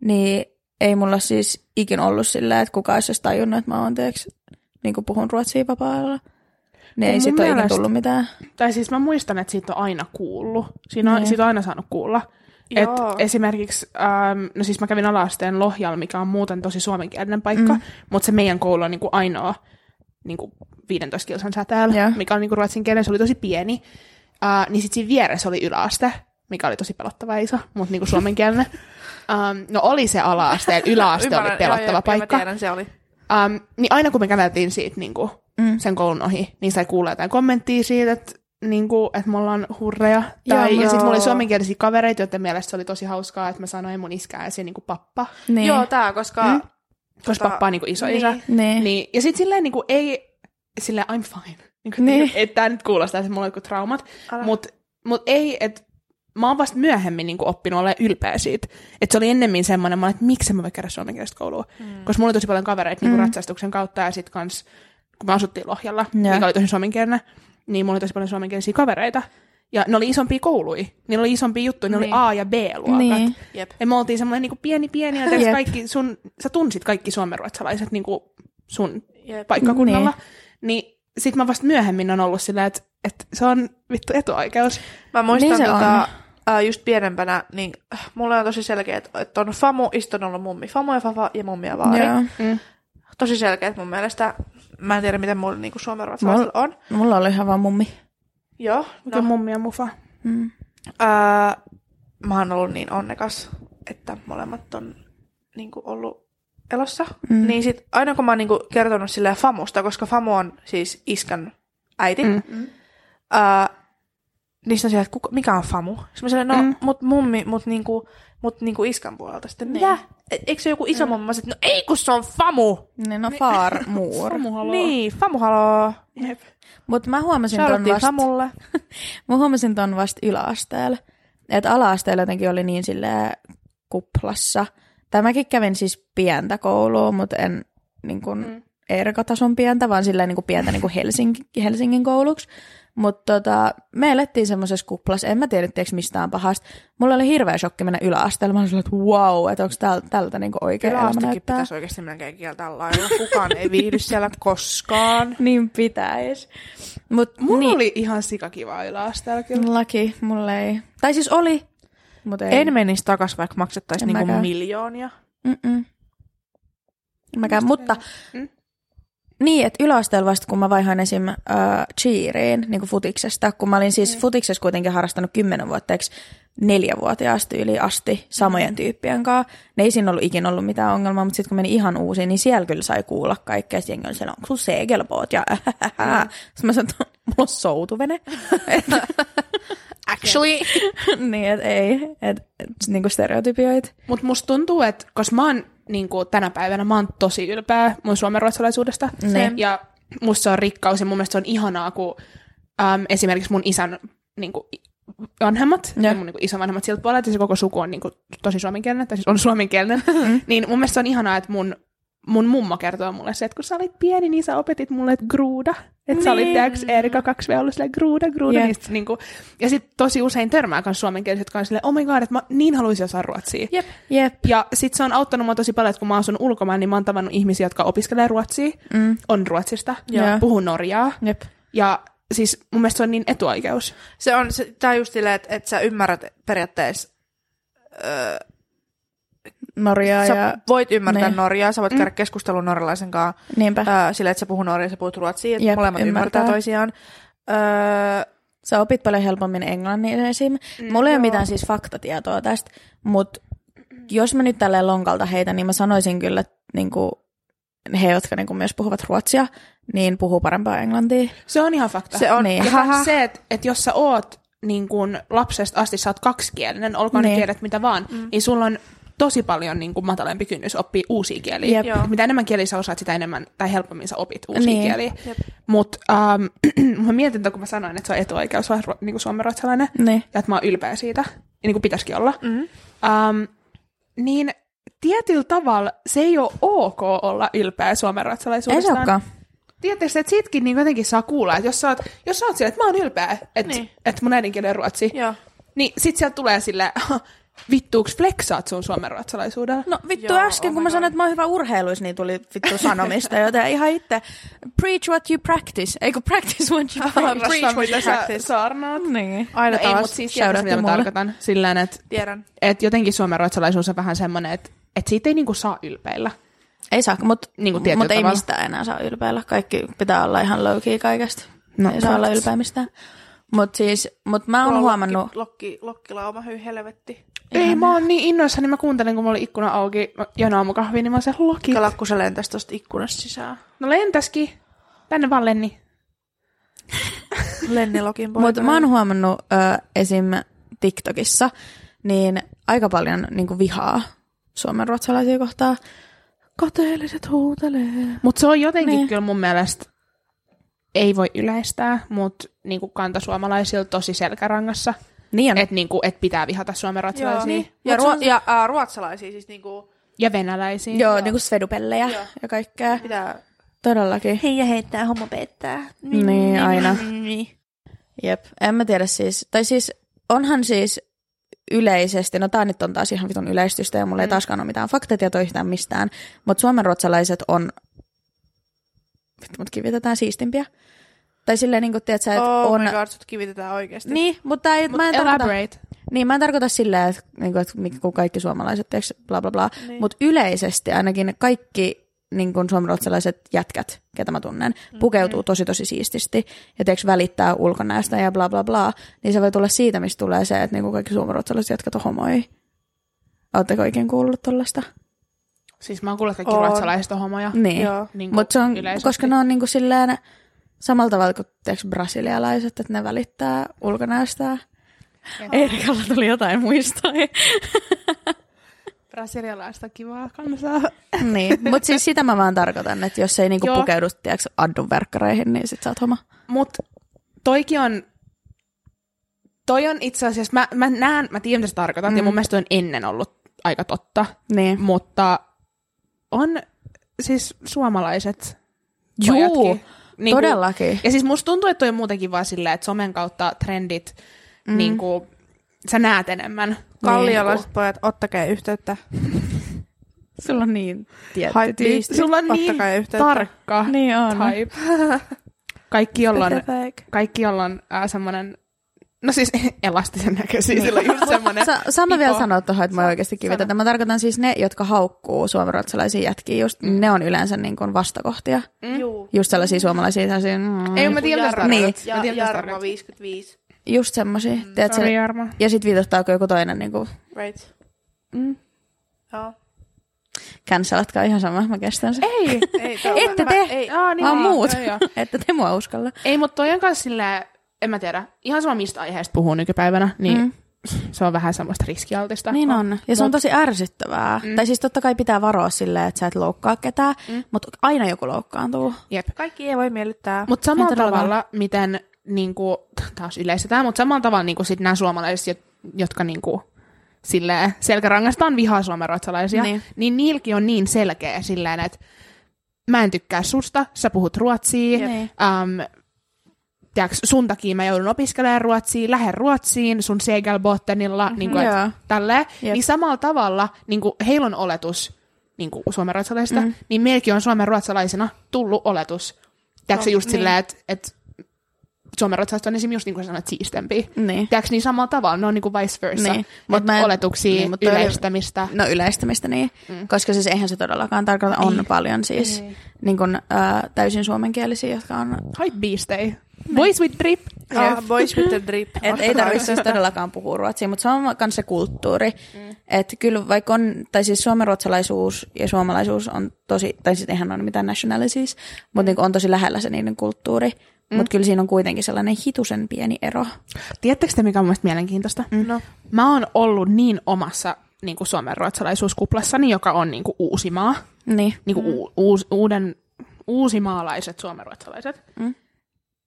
Speaker 1: niin ei mulla siis ikin ollut sillä, että kukaan olisi edes tajunnut, että mä oon teeks, niin kuin puhun ruotsia vapaa-ajalla. Niin ei
Speaker 2: mun
Speaker 1: sit ole ikinä
Speaker 2: mielestä-
Speaker 1: tullut mitään.
Speaker 2: Tai siis mä muistan, että siitä on aina kuullut. Siinä on,
Speaker 1: Niin.
Speaker 2: siitä on aina saanut kuulla. Et
Speaker 3: Joo.
Speaker 2: esimerkiksi, ähm, no siis mä kävin alaasteen Lohjalla, mikä on muuten tosi suomenkielinen paikka, mm. mutta se meidän koulu on niinku ainoa niinku 15 kilsan säteellä,
Speaker 1: Joo.
Speaker 2: yeah. mikä on niinku ruotsin kielen, se oli tosi pieni. Äh, niin sitten siinä vieressä oli yläaste, mikä oli tosi pelottava iso, mutta niinku
Speaker 3: <laughs>
Speaker 2: suomenkielinen. Ähm, no oli se alaaste, yläaste oli
Speaker 3: Ymmärrän,
Speaker 2: pelottava
Speaker 3: joo, joo,
Speaker 2: paikka.
Speaker 3: Joo, mä tiedän, se oli.
Speaker 2: Um, niin aina kun me käveltiin siitä niin kuin, mm. sen koulun ohi, niin sai kuulla jotain kommenttia siitä, että niin kuin, että me ollaan hurreja. Tai,
Speaker 3: Joo.
Speaker 2: ja sitten mulla oli suomenkielisiä kavereita, joiden mielestä se oli tosi hauskaa, että mä sanoin mun iskää ja se niin kuin pappa,
Speaker 1: Niin.
Speaker 3: Joo, tää, koska...
Speaker 2: Mm. koska
Speaker 3: Tota,
Speaker 2: pappa on niin kuin isoisä.
Speaker 3: niin.
Speaker 2: Niin.
Speaker 1: niin.
Speaker 2: Niin, ja sitten silleen niin kuin, ei, silleen I'm fine. Niin kuin,
Speaker 1: Niin.
Speaker 2: niin. Että tää nyt kuulostaa, että mulla on joku traumat.
Speaker 3: Älä.
Speaker 2: Mutta mut ei, että mä oon vasta myöhemmin niin oppinut olemaan ylpeä siitä. Että se oli ennemmin semmoinen, mä olin, että miksi mä voi käydä suomenkielistä koulua. Mm. Koska mulla oli tosi paljon kavereita niin
Speaker 1: Mm.
Speaker 2: ratsastuksen kautta ja sitten kans, kun me asuttiin Lohjalla,
Speaker 1: Joo.
Speaker 2: yeah. mikä oli tosi suomenkielinen, niin mulla oli tosi paljon suomenkielisiä kavereita. Ja ne oli isompia kouluja, niillä oli isompia juttuja, ne
Speaker 3: Niin.
Speaker 2: oli A- ja B-luokat.
Speaker 1: Niin.
Speaker 3: Jep.
Speaker 2: Ja me oltiin semmoinen niin pieni pieni, ja tiiäks,
Speaker 1: Jep.
Speaker 2: kaikki sun, sä tunsit kaikki suomenruotsalaiset niin kuin sun
Speaker 3: Jep.
Speaker 2: paikkakunnalla. Niin. niin sit mä vasta myöhemmin on ollut sillä, että, että se on vittu etuoikeus.
Speaker 3: Mä muistan
Speaker 1: Niin se
Speaker 3: niin
Speaker 1: on.
Speaker 3: tota, ää, just pienempänä, niin äh, mulla on tosi selkeä, että et on famu, iston ollut mummi. Famu ja fafa ja mummi ja vaari.
Speaker 1: Joo.
Speaker 2: Mm.
Speaker 3: Tosi selkeä, mun mielestä, mä en tiedä miten mulla niinku suomenruotsalaisilla on.
Speaker 1: No Mulla oli ihan vaan mummi.
Speaker 3: Joo,
Speaker 2: Mikä
Speaker 3: no.
Speaker 2: mummi ja mufa.
Speaker 1: Mm.
Speaker 3: Ää, mä oon ollut niin onnekas, että molemmat on niinku ollut elossa.
Speaker 1: Mm.
Speaker 3: Mm. Niin sit aina kun mä oon niinku kertonut silleen Famusta, koska Famu on siis iskän äiti,
Speaker 2: Mm.
Speaker 3: mm. ää, niin sit on siellä, että kuka, mikä on Famu? Sitten mä sanoin, no
Speaker 2: Mm.
Speaker 3: mm. mut mummi, mut niinku, mut niinku iskan puolelta. Sitten
Speaker 1: Niin.
Speaker 3: mitä? E- Eikö se joku iso mm. Mä sanoin, no ei kun se on Famu!
Speaker 1: Niin, no far muur.
Speaker 2: Famu haloo.
Speaker 3: Niin, Famu haloo.
Speaker 1: Mutta mä huomasin ton
Speaker 3: Shoutattiin
Speaker 1: vasta,
Speaker 3: Famulle.
Speaker 1: mä huomasin ton vasta yläasteella. Että ala-asteella jotenkin oli niin silleen kuplassa. Tai mäkin kävin siis pientä koulua, mutta en niin kuin mm. erkatason pientä, vaan silleen niin kuin pientä niin kuin Helsingin, Helsingin kouluksi. Mutta tota, me elettiin semmoisessa kuplassa, en mä tiedä tiedätkö mistään pahasta. Mulla oli hirveä shokki mennä yläasteelle. Mä olin silleen, että wow, että onko tältä, tältä niin kuin oikea elämä
Speaker 3: Yläastekin
Speaker 1: näyttää.
Speaker 3: pitäisi oikeasti melkein kieltää lailla. Kukaan ei viihdy siellä koskaan.
Speaker 1: Niin pitäis. Mut
Speaker 2: Mulla
Speaker 1: niin,
Speaker 2: niin. oli ihan sikakivaa yläasteella kyllä.
Speaker 1: laki, mulla ei. Tai siis oli, mutta ei.
Speaker 3: En menisi takas, vaikka maksettaisiin
Speaker 1: En
Speaker 3: niinku
Speaker 1: mäkään.
Speaker 3: miljoonia.
Speaker 1: Mm-mm. Mäkään, mutta
Speaker 2: Mm.
Speaker 1: niin, että yläasteella vasta, kun mä vaihoin esim. Äh, cheeriin, niin kuin futiksesta, kun mä olin siis mm. futiksessa kuitenkin harrastanut kymmenen vuotta, eikö neljävuotiaasta yli asti samojen tyyppien kanssa. Ne ei siinä ollut ikinä ollut mitään ongelmaa, mutta sitten kun meni ihan uusiin, niin siellä kyllä sai kuulla kaikkea. Sitten jengi oli siellä, onko sun segelboot? Ja <laughs> mm. Sitten mä sanoin, että mulla on soutuvene.
Speaker 3: Actually.
Speaker 1: <laughs> niin, että ei. Että et, niin kuin stereotypioit.
Speaker 2: Mutta musta tuntuu, niinku, että koska mä oon niin kuin tänä päivänä mä oon tosi ylpeä mun suomenruotsalaisuudesta.
Speaker 1: Niin.
Speaker 2: Ja musta se on rikkaus ja mun mielestä se on ihanaa, kun äm, esimerkiksi mun isän niin kuin, vanhemmat ja,
Speaker 1: Joo.
Speaker 2: ja mun niin kuin, isovanhemmat siltä puolelta ja se koko suku on niin kuin, tosi suomenkielinen, tai siis on suomenkielinen, <laughs> niin mun mielestä se on ihanaa, että mun mun mummo kertoo mulle se, että kun sä olit pieni, niin sä opetit mulle että gruuda. Että niin. sä olit
Speaker 1: Niin.
Speaker 2: teoks Erika 2 ollut silleen gruuda, gruuda.
Speaker 1: Jep.
Speaker 2: Yep. Niistä, niin kuin, ja sitten tosi usein törmää myös suomenkieliset, jotka on silleen, oh my god, että mä niin haluaisin osaa ruotsia.
Speaker 1: Jep. Jep.
Speaker 2: Ja sit se on auttanut mua tosi paljon, että kun mä asun ulkomaan, niin mä oon tavannut ihmisiä, jotka opiskelee ruotsia,
Speaker 1: Mm.
Speaker 2: on ruotsista,
Speaker 1: Joo.
Speaker 2: puhuu norjaa.
Speaker 1: Jep.
Speaker 2: Ja siis mun mielestä se on niin etuoikeus.
Speaker 3: Se on, se, tää on just silleen, että, että sä ymmärrät periaatteessa, öö,
Speaker 1: Norjaa
Speaker 3: sä
Speaker 1: ja...
Speaker 3: voit ymmärtää
Speaker 1: Niin.
Speaker 3: Norjaa, sä voit käydä keskustelun norjalaisen kanssa
Speaker 1: Niinpä.
Speaker 3: öö, silleen, että sä puhuu norjaa, sä puhut ruotsia, että
Speaker 1: Jep,
Speaker 3: molemmat ymmärtää,
Speaker 1: ymmärtää.
Speaker 3: toisiaan. Öö,
Speaker 1: Sä opit paljon helpommin englannin esim. Mulla ei ole mitään siis faktatietoa tästä, mutta jos mä nyt tälleen lonkalta heitän, niin mä sanoisin kyllä, että niinku, he, jotka niinku myös puhuvat ruotsia, niin puhuu parempaa englantia.
Speaker 2: Se on ihan fakta.
Speaker 3: se on,
Speaker 1: Niin.
Speaker 2: ja
Speaker 3: Haha.
Speaker 2: kans se, että, että jos sä oot niin kun lapsesta asti sä oot kaksikielinen, olkoon
Speaker 1: Niin.
Speaker 2: ne kielet mitä vaan, mm. niin sulla on tosi paljon niin kun matalampi kynnys oppii uusia kieliä.
Speaker 1: Jep.
Speaker 3: Joo.
Speaker 2: Mitä enemmän kieliä sä osaat, sitä enemmän tai helpommin sä opit uusia
Speaker 1: Niin.
Speaker 2: niin. kieliä.
Speaker 3: Jep.
Speaker 2: Mutta ähm, <clears throat> mä mietin, että kun mä sanoin, että se on etuoikeus olla niin suomenruotsalainen,
Speaker 1: Niin.
Speaker 2: ja että mä oon ylpeä siitä, ja niin kuin pitäisikin olla,
Speaker 1: Mm-hmm.
Speaker 3: Mhm.
Speaker 2: um, niin tietyllä tavalla se ei ole ok olla ylpeä
Speaker 1: Ei se
Speaker 2: suomenruotsalaisuudestaan.
Speaker 1: olekaan.
Speaker 2: Tiedättekö, että siitäkin niin jotenkin saa kuulla, että jos sä oot, jos sä oot sillä, että mä oon ylpeä, että
Speaker 3: Niin.
Speaker 2: niin. et mun äidinkieli on ruotsi,
Speaker 3: Joo.
Speaker 2: niin sit sieltä tulee sillä <laughs> vittuuks flexaat sun suomenruotsalaisuudella.
Speaker 1: No vittu Joo,
Speaker 3: Joo,
Speaker 1: äsken,
Speaker 3: oh
Speaker 1: kun
Speaker 3: my
Speaker 1: mä
Speaker 3: God.
Speaker 1: sanoin, että mä oon hyvä urheiluissa, niin tuli vittu sanomista, joten ihan itse. Preach what you practice. Eikö practice what
Speaker 3: <laughs>
Speaker 1: you
Speaker 3: Harrasta,
Speaker 1: preach?
Speaker 2: Preach,
Speaker 3: mitä
Speaker 2: mitä
Speaker 3: sä
Speaker 2: sä saarnaat.
Speaker 1: niin.
Speaker 3: Aina
Speaker 2: No
Speaker 3: no,
Speaker 2: ei,
Speaker 3: taas.
Speaker 2: mutta siis
Speaker 1: shout
Speaker 2: tiedätkö,
Speaker 1: out
Speaker 2: mitä mä
Speaker 1: mulle.
Speaker 2: tarkoitan. Sillä että
Speaker 3: Tiedän.
Speaker 2: et jotenkin suomenruotsalaisuus on vähän semmoinen, että et siitä ei niinku saa ylpeillä.
Speaker 1: Ei saa, mutta
Speaker 2: Niinku
Speaker 1: mut ei
Speaker 2: tietyllä tavalla.
Speaker 1: mistään enää saa ylpeillä. Kaikki pitää olla ihan low key kaikesta. No,
Speaker 2: No,
Speaker 1: ei saa olla
Speaker 2: facts.
Speaker 1: ylpeä mistään. Mutta siis, mut mä oon
Speaker 3: Mulla
Speaker 1: huomannut...
Speaker 3: Lokki, lokki, lokkilauma, hyi helvetti.
Speaker 2: Ei, mä oon niin innoissani, mä kuuntelin, kun mulla oli ikkuna auki mä- jona aamukahvi, niin mä oon se lokit.
Speaker 3: Kala, kun se lentäisi tosta ikkunasta sisään.
Speaker 2: No lentäski. Tänne vaan lenni.
Speaker 3: Lennilokin poika.
Speaker 1: Mutta mä oon huomannut ö, esim. TikTokissa, niin aika paljon niinku vihaa suomenruotsalaisia kohtaan. Kateelliset huutelee.
Speaker 2: Mutta se on jotenkin
Speaker 1: Niin.
Speaker 2: niin. kyllä mun mielestä, ei voi yleistää, mutta niinku kantasuomalaisilla tosi selkärangassa,
Speaker 1: Niin on.
Speaker 2: että niinku, et pitää vihata suomenruotsalaisia
Speaker 3: Niin.
Speaker 2: niin.
Speaker 3: Ja, ruo- ja ää, ruotsalaisia siis niinku
Speaker 2: ja venäläisiä.
Speaker 1: Joo, joo. niinku svedupellejä
Speaker 3: Joo.
Speaker 1: joo. ja kaikkea.
Speaker 3: pitää...
Speaker 1: Todellakin.
Speaker 3: Hei ja heittää homo peittää.
Speaker 1: Niin, aina.
Speaker 3: Niin.
Speaker 1: Jep, en mä tiedä siis. Tai siis onhan siis yleisesti, no tää nyt on taas ihan vitun yleistystä ja mulla ei
Speaker 3: Mm.
Speaker 1: taaskaan ole mitään faktatietoa yhtään mistään, mutta suomenruotsalaiset on, vittu mut kivitetään siistimpiä. Tai silleen niinku, tiedät sä, että
Speaker 3: Oh
Speaker 1: on...
Speaker 3: my god, sut kivitetään oikeesti.
Speaker 1: Niin, mutta ei,
Speaker 2: Mut
Speaker 1: mä en tarkoita,
Speaker 2: elaborate.
Speaker 1: niin, mä en tarkoita silleen, että, niinku, että niinku kaikki suomalaiset, tiiäks, bla bla bla,
Speaker 3: Niin.
Speaker 1: niin. mutta yleisesti ainakin kaikki niin kuin suomalaiset jätkät, ketä mä tunnen, pukeutuu tosi tosi siististi ja tiiäks, välittää ulkonäöstä ja bla bla bla, niin se voi tulla siitä, mistä tulee se, että niinku kaikki suomalaiset jätkät on homoi. Oletteko oikein kuullut tollasta?
Speaker 2: Siis mä oon kuullut että kaikki
Speaker 3: On.
Speaker 2: ruotsalaiset on homoja.
Speaker 1: Niin.
Speaker 3: Joo.
Speaker 2: Niinku
Speaker 1: Mut se on,
Speaker 2: yleisesti.
Speaker 1: koska ne on niinku silleen samalla tavalla kuin tiiäks, brasilialaiset, että ne välittää ulkonäöstä. Erikalla tuli jotain muistoja.
Speaker 2: Brasilialaista kivaa kansaa.
Speaker 1: <laughs> Niin, mutta siis sitä mä vaan tarkoitan, että jos ei niinku
Speaker 2: Joo.
Speaker 1: pukeudu tiiäks, addun verkkareihin, niin sit sä oot homa.
Speaker 2: Mut toikin on, toi on itse asiassa, mä, mä näen, mä tiedän mitä sä tarkoitat, mm. ja mun mielestä toi on ennen ollut aika totta.
Speaker 1: Niin.
Speaker 2: mutta on siis suomalaiset pojatkin.
Speaker 1: niin todellakin.
Speaker 2: Kuin, ja siis musta tuntuu, että toi on muutenkin vaan silleen, että somen kautta trendit,
Speaker 1: Mm-hmm.
Speaker 2: mm. niin kuin, sä näet enemmän. Niin
Speaker 3: Kalliolaiset pojat, ottakaa yhteyttä.
Speaker 1: Sulla on niin
Speaker 3: Hai
Speaker 1: tietty.
Speaker 3: biisti.
Speaker 2: Sulla on niin
Speaker 3: Ottakaa yhteyttä.
Speaker 2: tarkka
Speaker 1: Niin on.
Speaker 2: type. Kaikki, jolla on,
Speaker 3: Specific.
Speaker 2: kaikki, jolla on äh, semmoinen, no siis <laughs> elastisen näköisiä, sillä on just semmoinen.
Speaker 1: Sa- saan mä vielä
Speaker 2: pipo.
Speaker 1: sanoa tuohon, että mä oikeasti kivitetään. Mä tarkoitan siis ne, jotka haukkuu suomenruotsalaisia jätkiä, just mm. ne on yleensä niin kuin vastakohtia.
Speaker 3: Juu.
Speaker 1: Just sellaisia suomalaisia, sellaisia, mm,
Speaker 2: Ei, mä tiedän, mitä
Speaker 3: Jarmo.
Speaker 2: sä tarkoitat. Mä
Speaker 1: Niin.
Speaker 3: Ja,
Speaker 2: tiedän, mitä sä
Speaker 3: Jarmo
Speaker 2: tarkoitat.
Speaker 3: 55.
Speaker 1: just semmoisia. Mm.
Speaker 2: Sorry, Jarmo.
Speaker 1: Ja sit viitottaako joku toinen, niin kuin
Speaker 3: Right.
Speaker 2: Mm.
Speaker 3: Joo.
Speaker 1: cancelatkaa ihan sama, mä kestän
Speaker 2: <laughs>
Speaker 1: sen.
Speaker 2: Ei,
Speaker 3: Ei,
Speaker 1: Ette te,
Speaker 3: Ei.
Speaker 2: Aa, niin
Speaker 1: vaan
Speaker 2: joo,
Speaker 1: muut,
Speaker 2: joo, joo.
Speaker 1: <laughs> että te mua uskalla.
Speaker 2: Ei, mutta toi on myös silleen, en mä tiedä, ihan sama mistä aiheesta puhuu nykypäivänä, niin mm. se on vähän semmoista riskialtista.
Speaker 1: Niin on. Ja se on tosi ärsyttävää.
Speaker 2: Mm.
Speaker 1: Mm. Tai siis totta kai pitää varoa silleen, että sä et loukkaa ketään,
Speaker 2: Mm.
Speaker 1: mm. mutta aina joku loukkaantuu.
Speaker 2: Jep.
Speaker 3: Kaikki ei voi miellyttää.
Speaker 2: Mutta samalla
Speaker 1: Ei todellakaan.
Speaker 2: tavalla, miten niinku, taas yleistetään, mutta samalla tavalla niinku sit nämä suomalaiset, jo- jotka niinku, silleen, selkärangastaan vihaa suomenruotsalaisia, niin.
Speaker 1: Niin.
Speaker 2: niin niilläkin on niin selkeä silleen, että mä en tykkää susta, sä puhut ruotsia,
Speaker 1: Jep. Niin.
Speaker 2: äm, tiiäks, Ähm, sun takia mä joudun opiskelemaan ruotsia, lähden ruotsiin sun segelbottenilla, mm-hmm. niin kuin,
Speaker 1: Mhm. Joo.
Speaker 2: tälleen.
Speaker 1: Jep.
Speaker 2: Niin samalla tavalla niin kuin heillä on oletus niin kuin suomenruotsalaisista,
Speaker 1: Mhm.
Speaker 2: mm. niin meilläkin on suomenruotsalaisena tullut oletus. Tiedätkö
Speaker 1: Oh,
Speaker 2: se
Speaker 3: No,
Speaker 2: just
Speaker 3: niin.
Speaker 2: silleen, että et suomenruotsalaiset on esimerkiksi just niin kuin sanoit, siistempiä.
Speaker 1: Niin.
Speaker 2: Tiedätkö, niin samalla tavalla, ne on niin kuin vice versa.
Speaker 1: Niin. Mut
Speaker 2: Mut
Speaker 1: mä en-
Speaker 2: oletuksia, niin,
Speaker 1: niin,
Speaker 2: mut
Speaker 1: mut toi oli-
Speaker 2: yleistämistä.
Speaker 1: No yleistämistä niin, mm. koska siis eihän se todellakaan tarkoita, on
Speaker 2: Ei.
Speaker 1: ei. paljon siis
Speaker 2: Ei.
Speaker 1: ei. Niin kun, ää, täysin suomenkielisiä, jotka on...
Speaker 2: Hype beastei.
Speaker 1: Niin.
Speaker 2: Boys with drip.
Speaker 3: Ah, boys with the drip.
Speaker 1: <laughs> Et ei tarvitse siis todellakaan puhua ruotsia, mutta se on myös se kulttuuri. Mm. Että kyllä vaikka on, tai siis suomenruotsalaisuus ja suomalaisuus on tosi, tai siis eihän ole mitään nationalities, mutta niin on tosi lähellä se niiden kulttuuri. Mm. Mutta kyllä siinä on kuitenkin sellainen hitusen pieni ero.
Speaker 2: Tiedättekö te, mikä on mun mielestä mielenkiintoista? Mm.
Speaker 3: No.
Speaker 2: Mä oon ollut niin omassa niin kuin suomenruotsalaisuuskuplassani, joka on niin kuin Uusimaa.
Speaker 1: Niin.
Speaker 2: niin kuin mm. u, uus, uuden, uusimaalaiset suomenruotsalaiset, mm.
Speaker 1: Mm.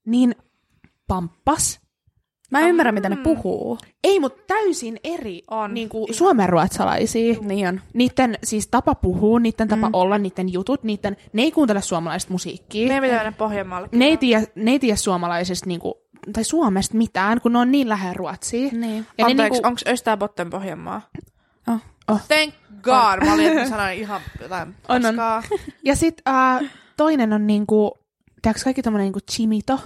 Speaker 2: niin pamppas.
Speaker 1: Mä en ymmärrä, mitä ne puhuu.
Speaker 2: Ei, mutta täysin eri
Speaker 3: On.
Speaker 2: Niin kuin suomenruotsalaisia.
Speaker 1: Niin on.
Speaker 2: Niiden siis tapa puhua, niiden tapa mm. olla, niiden jutut, niiden, ne ei kuuntele suomalaista musiikkia.
Speaker 3: Meidän pitää mennä Pohjanmaalle.
Speaker 2: Ne ei tiedä, ne ei tiedä suomalaisesta niinku, tai Suomesta mitään, kun ne on niin lähellä Ruotsia.
Speaker 1: Niin.
Speaker 2: Ja ne
Speaker 3: Anteeksi,
Speaker 2: niinku,
Speaker 3: niinku... onko Östäbotten Pohjanmaa?
Speaker 1: Oh.
Speaker 3: Thank God! Mä olin, että mä sanoin ihan jotain
Speaker 2: On, on.
Speaker 3: paskaa.
Speaker 2: Ja sit äh, toinen on niinku, tiedätkö kaikki tommonen niinku chimito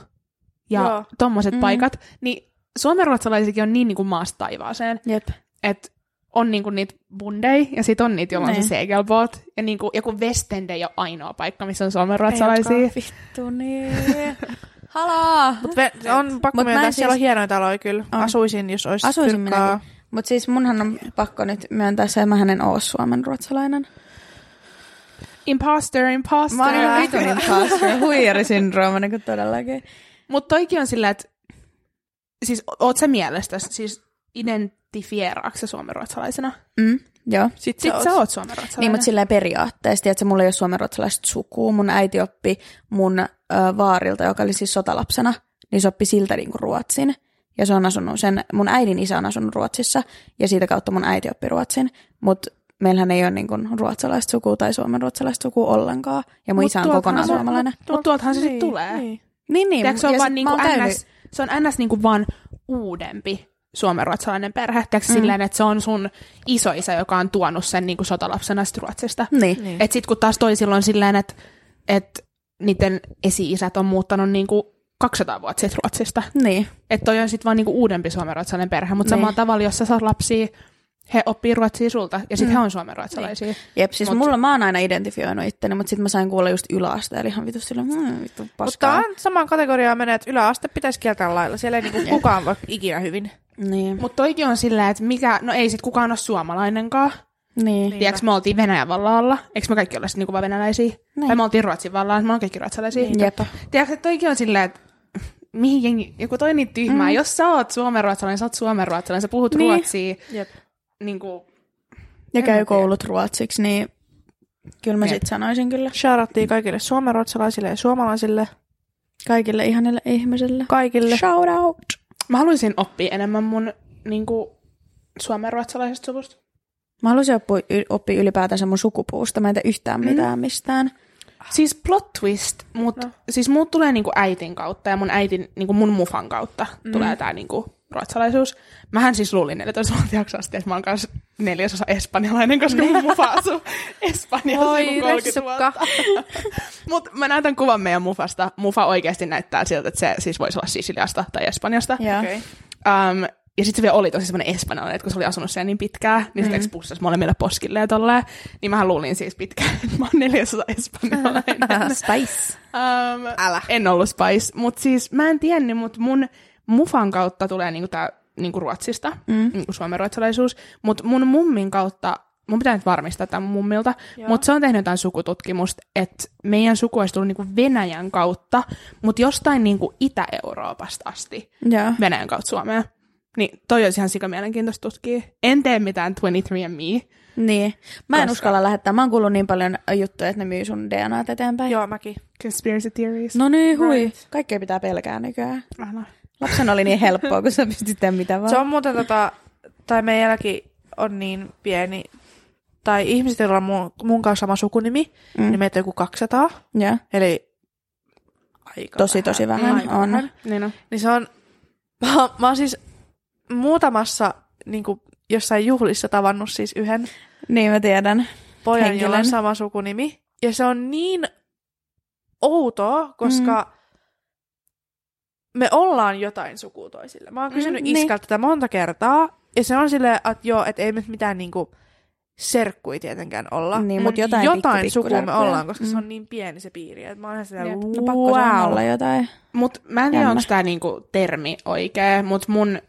Speaker 2: ja Joo.
Speaker 3: Joo.
Speaker 2: tommoset mm.
Speaker 1: Mm.
Speaker 2: paikat, niin suomenruotsalaisikin on niin niinku maasta taivaaseen,
Speaker 1: Jep.
Speaker 2: että on niinku niitä bundei ja sit on niitä, joilla on se
Speaker 1: Niin.
Speaker 2: segelbot. Ja niinku, joku Westende ei ole ainoa paikka, missä on
Speaker 1: Ei
Speaker 2: suomenruotsalaisia.
Speaker 1: olekaan. Vittu niin. Halaa!
Speaker 3: Mut ve- on pakko
Speaker 1: Mut mä en
Speaker 3: myöntää,
Speaker 1: siis-
Speaker 3: siellä on hienoja taloja kyllä.
Speaker 1: On.
Speaker 3: Asuisin, jos olisi
Speaker 1: Asuisin
Speaker 3: fyrkkaa.
Speaker 1: minä. Mutta siis munhan on pakko nyt myöntää se, että mä en oo suomen ruotsalainen.
Speaker 2: Imposter,
Speaker 1: Mä oon
Speaker 2: imposter. <laughs>
Speaker 1: ihan vitun imposter, huijarisyndrooma niin todellakin.
Speaker 2: Mutta toikin on sillä, että siis o- oot sä mielestäsi, siis identifieeraatko sä suomenruotsalaisena?
Speaker 1: Mm, joo.
Speaker 3: Sit,
Speaker 2: Sit sä oot suomenruotsalainen.
Speaker 1: Niin, mutta silleen periaatteessa, että mulla ei ole suomenruotsalaista sukua. Mun äiti oppi mun ö, vaarilta, joka oli siis sotalapsena, niin se oppi siltä niin kuin ruotsin. Ja se on asunut sen, mun äidin isä on asunut Ruotsissa, ja siitä kautta mun äiti oppi ruotsin. Mutta meillähän ei ole niin kuin ruotsalaista sukua tai suomenruotsalaista sukua ollenkaan. Ja
Speaker 2: Mut
Speaker 1: mun mut isä on
Speaker 2: tuoltahan
Speaker 1: kokonaan
Speaker 2: se-
Speaker 1: suomalainen.
Speaker 2: Mut tuoltahan se sit
Speaker 3: Niin,
Speaker 2: tulee.
Speaker 3: Niin.
Speaker 1: Niin, niin.
Speaker 2: Tiedätkö, se on
Speaker 1: ja
Speaker 2: vaan
Speaker 1: sit
Speaker 2: niinku
Speaker 1: mä oon käynyt-
Speaker 2: NS, se on NS niinku vaan uudempi suomenruotsalainen perhe. Tiedätkö, mm. silleen, että se on sun isoisä, joka on tuonut sen niinku sotalapsena sit Ruotsista.
Speaker 1: Niin.
Speaker 3: Niin.
Speaker 2: Et sit kun taas toisilla on silleen, että et niiden esi-isät on muuttanut niinku 200 vuotta sitten Ruotsista.
Speaker 1: Niin.
Speaker 2: Että toi on sit vaan niinku uudempi suomenruotsalainen perhe. Mutta
Speaker 1: Niin.
Speaker 2: samalla tavalla, jos sä saat lapsia, he oppii ruotsia sulta ja sit mm. he on suomenruotsalaisia.
Speaker 1: Jep, siis
Speaker 2: Mut-
Speaker 1: mut, mulla mä oon aina identifioinut itteni, mutta sitten mä sain kuulla just yläasteella ihan vitu silleen, hmm, vittu
Speaker 3: Mutta
Speaker 1: paskaa.
Speaker 3: on samaan kategoriaan menee, että yläaste pitäisi kieltää lailla. Siellä ei niinku kukaan voi ikinä hyvin.
Speaker 1: Niin.
Speaker 2: Mutta toikin on silleen, että mikä, no ei sit kukaan ole suomalainenkaan.
Speaker 1: niin.
Speaker 3: Niin.
Speaker 2: Tiedätkö, me oltiin Venäjän vallalla. Eikö me kaikki olla sit niinku vaan venäläisiä? Niin.
Speaker 1: Niin.
Speaker 2: Tai me oltiin Ruotsin vallalla, me ollaan kaikki ruotsalaisia. Niin.
Speaker 1: Jep.
Speaker 2: Tiedätkö, että toikin on silleen, että <laughs> mihin jengi, joku toi niin tyhmää. Mm. Jos sä oot suomenruotsalainen, sä oot suomenruotsalainen, sä puhut niin.
Speaker 1: Niin.
Speaker 2: ruotsia.
Speaker 3: Jep.
Speaker 2: Niin kuin,
Speaker 1: Ja
Speaker 2: En mä tiedä.
Speaker 1: käy koulut ruotsiksi, niin kyllä mä
Speaker 2: Jep.
Speaker 1: sit sanoisin kyllä.
Speaker 3: Shoutouttiin kaikille suomenruotsalaisille ja suomalaisille.
Speaker 1: Kaikille ihanille ihmisille.
Speaker 3: Kaikille.
Speaker 1: Shout out!
Speaker 2: mä haluaisin oppia enemmän mun niin kuin, suomenruotsalaisesta suvusta.
Speaker 1: Mä haluaisin oppia, oppia ylipäätänsä mun sukupuusta. Mä en tiedä yhtään
Speaker 2: Mm.
Speaker 1: mitään mistään.
Speaker 2: Siis plot twist, mutta no.
Speaker 3: No.
Speaker 2: siis muut tulee niinku äitin kautta ja mun äitin, niinku mun mufan kautta mm. tulee tää niinku ruotsalaisuus. Mähän siis luulin 14-vuotiaaksi asti, että mä oon kanssa neljäsosa espanjalainen, koska mun mufa asuu Espanjassa joku 30 vuotta. Mut mä näytän kuvan meidän mufasta. Mufa oikeasti näyttää siltä, että se siis voisi olla Sisiliasta tai Espanjasta.
Speaker 1: Joo.
Speaker 3: Okei.
Speaker 2: Um, ja sitten se vielä oli tosi semmoinen espanjalainen, että kun se oli asunut siellä niin pitkään, niin mm. sitten pussasi molemmille poskille ja tolleen. Niin mähän luulin siis pitkään, että mä oon <laughs> neljäsosa espanjalainen.
Speaker 1: Spice.
Speaker 2: Um,
Speaker 3: Älä.
Speaker 2: En ollut Spice, mutta siis mä en tiennyt, mutta mun mufan kautta tulee niinku tää niinku Ruotsista, mm. niinku suomenruotsalaisuus, mutta mun mummin kautta, mun pitää nyt varmistaa tämän mummilta,
Speaker 3: Joo.
Speaker 2: mutta se on tehnyt jotain sukututkimusta, että meidän suku olisi tullut niinku Venäjän kautta, mutta jostain niinku Itä-Euroopasta asti
Speaker 1: Joo.
Speaker 2: Venäjän kautta Suomeen. Niin toi olisi ihan sika mielenkiintoista tutkia. En tee mitään 23andMe.
Speaker 1: Niin. Mä en
Speaker 2: Koska-
Speaker 1: uskalla lähettää. Mä oon kuullut niin paljon juttuja, että ne myy sun DNAt eteenpäin.
Speaker 3: Joo, mäkin.
Speaker 2: Conspiracy theories.
Speaker 1: No niin, hui.
Speaker 3: Right.
Speaker 1: Kaikkea pitää pelkää nykyään.
Speaker 2: Älä.
Speaker 1: Lapsen oli niin helppoa, kun sä pystyt tehdä mitä vaan.
Speaker 3: Se on muuten tota, tai meilläkin on niin pieni, tai ihmiset, joilla on mun, mun kanssa sama sukunimi,
Speaker 1: Mm.
Speaker 3: mm. niin meitä on joku 200,
Speaker 1: Joo.
Speaker 3: eli aika
Speaker 1: Tosi, tosi vähän
Speaker 3: Aika
Speaker 1: on.
Speaker 2: Niin no.
Speaker 3: Niin se on, <laughs> mä, oon- mä oon siis muutamassa niin kuin jossain juhlissa tavannut siis yhden
Speaker 1: Niin mä tiedän.
Speaker 3: pojan,
Speaker 1: Henkilön.
Speaker 3: Henkilön. jolla on sama sukunimi. Ja se on niin outoa, koska mm. me ollaan jotain sukua toisille. Mä oon
Speaker 1: Mm,
Speaker 3: kysynyt mm,
Speaker 1: niin.
Speaker 3: iskältä tätä monta kertaa, ja se on silleen, että joo, että ei me mitään niinku serkkui tietenkään olla.
Speaker 1: Niin,
Speaker 3: Mm.
Speaker 1: mut jotain pikku-
Speaker 3: jotain sukua me
Speaker 1: pikkuserkkuja.
Speaker 3: ollaan, koska mm. se
Speaker 1: Mm.
Speaker 3: on niin pieni se piiri. Että mä oon ihan sitä,
Speaker 2: Jep.
Speaker 1: No pakko se on
Speaker 3: wow.
Speaker 1: olla jotain.
Speaker 2: Mut mä en tiedä,
Speaker 1: Jännä.
Speaker 2: onko tää niinku termi oikea, mut mun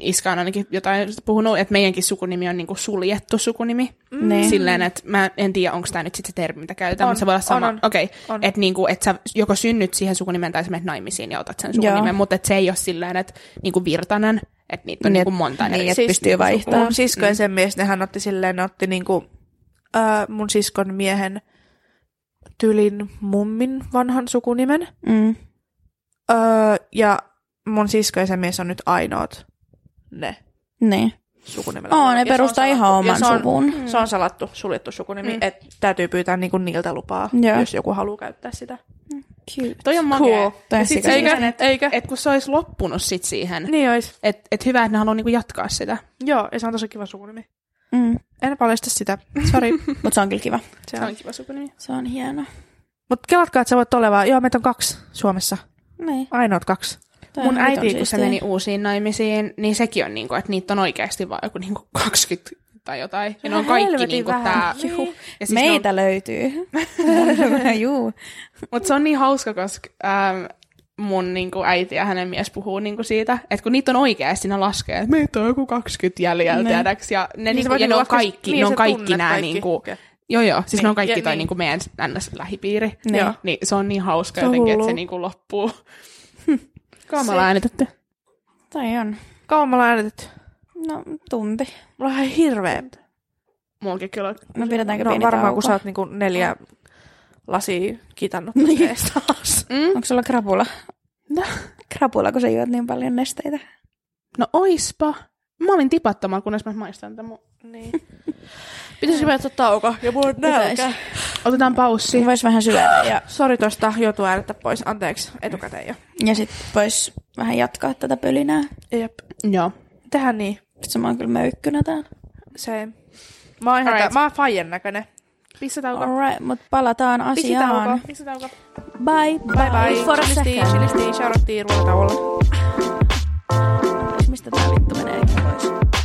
Speaker 2: iska on ainakin jotain puhunut, että meidänkin sukunimi on niinku suljettu sukunimi.
Speaker 3: Mm.
Speaker 1: Niin.
Speaker 2: Silleen, että mä en tiedä, onko tämä nyt sit se termi, mitä käytetään,
Speaker 3: On,
Speaker 2: mutta se voi olla sama.
Speaker 3: on, on,
Speaker 2: Okei, okay.
Speaker 3: on.
Speaker 2: että niinku, et sä joko synnyt siihen sukunimen tai sä menet naimisiin ja otat sen
Speaker 1: Joo.
Speaker 2: sukunimen, mutta et se ei ole silleen, että niinku virtanen, että niitä on
Speaker 1: Niin,
Speaker 2: niinku monta
Speaker 1: niin,
Speaker 2: eri.
Speaker 1: et pystyy vaihtamaan. Mm.
Speaker 3: Mun sisko ja sen mies, nehän otti silleen, ne otti niinku, äh, mun siskon miehen tylin mummin vanhan sukunimen.
Speaker 1: Mm.
Speaker 3: Öö, ja mun sisko ja sen mies on nyt ainoat ne
Speaker 1: Niin.
Speaker 3: sukunimellä.
Speaker 1: Oo,
Speaker 3: olevat.
Speaker 1: ne
Speaker 3: Ja se on
Speaker 1: perustaa
Speaker 3: salattu-
Speaker 1: ihan
Speaker 3: ja
Speaker 1: oman
Speaker 3: se on,
Speaker 1: suvun. Mm.
Speaker 3: Se on salattu, suljettu sukunimi,
Speaker 2: Mm.
Speaker 3: mm. että täytyy pyytää niinku niiltä lupaa,
Speaker 1: Joo.
Speaker 3: jos joku haluaa käyttää sitä.
Speaker 1: Cute.
Speaker 2: Toi on
Speaker 3: Cool.
Speaker 2: makea.
Speaker 1: Toi on
Speaker 2: Ja sit
Speaker 1: sika-
Speaker 2: se,
Speaker 3: Eikö?
Speaker 2: on, että
Speaker 3: Eikö?
Speaker 2: et kun se olisi loppunut sit siihen,
Speaker 3: Niin ois.
Speaker 2: että et hyvä, että ne haluaa niinku jatkaa sitä.
Speaker 3: Joo, ja se on tosi kiva sukunimi.
Speaker 1: Mm.
Speaker 3: En paljasta sitä.
Speaker 1: <laughs>
Speaker 3: Sori.
Speaker 1: Mutta se on kyllä kiva.
Speaker 3: se
Speaker 2: Se
Speaker 3: on.
Speaker 2: on kiva sukunimi.
Speaker 1: Se on hieno.
Speaker 3: Mutta kelatkaa, että sä voit olla vaan. Joo, meitä on kaksi Suomessa.
Speaker 1: Niin.
Speaker 3: Ainoat kaksi.
Speaker 1: Toi
Speaker 2: Mun
Speaker 1: on
Speaker 2: äiti, kun
Speaker 1: vitun
Speaker 2: se
Speaker 1: siistiä.
Speaker 3: Niin.
Speaker 2: meni uusiin naimisiin, niin sekin on niinku, että niitä on oikeasti vaan joku niinku <laughs> 20 tai jotain. Ja ne
Speaker 3: Vähän
Speaker 2: on kaikki
Speaker 3: helvetin
Speaker 2: niinku
Speaker 3: vähän.
Speaker 2: tää.
Speaker 3: Niin.
Speaker 2: Juhu. Ja siis
Speaker 1: Meitä löytyy. Juu.
Speaker 2: Mutta se on niin hauska, koska ähm, mun niinku, äiti ja hänen mies puhuu niinku, siitä, että kun niitä on oikeasti siinä laskee, että meitä on joku 20 jäljellä,
Speaker 1: Ne.
Speaker 3: Niin.
Speaker 2: tiedäks, ja ne, niinku,
Speaker 3: sä voit
Speaker 2: ja ne on
Speaker 3: laskea-
Speaker 2: kaikki,
Speaker 3: niin,
Speaker 2: ne on
Speaker 3: sä
Speaker 2: kaikki
Speaker 3: tunnet
Speaker 2: nämä,
Speaker 3: kaikki.
Speaker 2: niinku,
Speaker 3: Okei.
Speaker 2: joo joo, siis ne on
Speaker 3: Niin,
Speaker 2: kaikki
Speaker 3: ja
Speaker 2: toi
Speaker 3: niin.
Speaker 2: niinku, meidän NS-lähipiiri,
Speaker 1: Ne.
Speaker 3: Joo.
Speaker 2: niin se on niin hauska
Speaker 3: Se on
Speaker 2: jotenkin, että se
Speaker 3: hullua.
Speaker 2: niinku, loppuu. Kamala
Speaker 3: Se-
Speaker 2: äänitetty.
Speaker 1: Tai on.
Speaker 3: Kauan me ollaan äänitetty.
Speaker 1: No, tunti.
Speaker 3: Mulla on ihan hirveä.
Speaker 2: Mulkin kyllä.
Speaker 1: No pidetäänkö
Speaker 3: No
Speaker 1: pieni
Speaker 3: varmaan
Speaker 1: tauko?
Speaker 3: kun sä oot niinku neljä lasia kitannut niin. taas.
Speaker 2: Mm.
Speaker 1: Onko sulla krapula?
Speaker 2: No.
Speaker 1: <laughs> Krapula, kun sä juot niin paljon nesteitä.
Speaker 2: No oispa. Mä olin tipattamaan, kunnes mä maistan tämän.
Speaker 3: <laughs> Niin. Pitäisikö me ottaa tauko? Ja mulla on nälkä.
Speaker 2: Otetaan paussi.
Speaker 1: Siinä voisi vähän syödä ja,
Speaker 3: Sori tosta, joutuu äänettä pois. Anteeksi, etukäteen jo.
Speaker 1: ja sitten voisi vähän jatkaa tätä pölinää.
Speaker 3: Jep.
Speaker 2: Joo.
Speaker 3: Tehän niin.
Speaker 1: Vitsi, mä oon kyllä möykkynä täällä.
Speaker 3: Se. Mä oon ihan
Speaker 2: Alright.
Speaker 3: tää- mä oon fajan näköinen.
Speaker 2: Pissetauko.
Speaker 1: Alright, mutta palataan asiaan.
Speaker 2: Pissetauko. Pissetauko.
Speaker 1: Bye.
Speaker 3: Bye bye.
Speaker 1: For a
Speaker 3: Chilistiin,
Speaker 1: second.
Speaker 3: chilistiin, shoutattiin ruotauolla.
Speaker 1: Mistä tää vittu menee pois?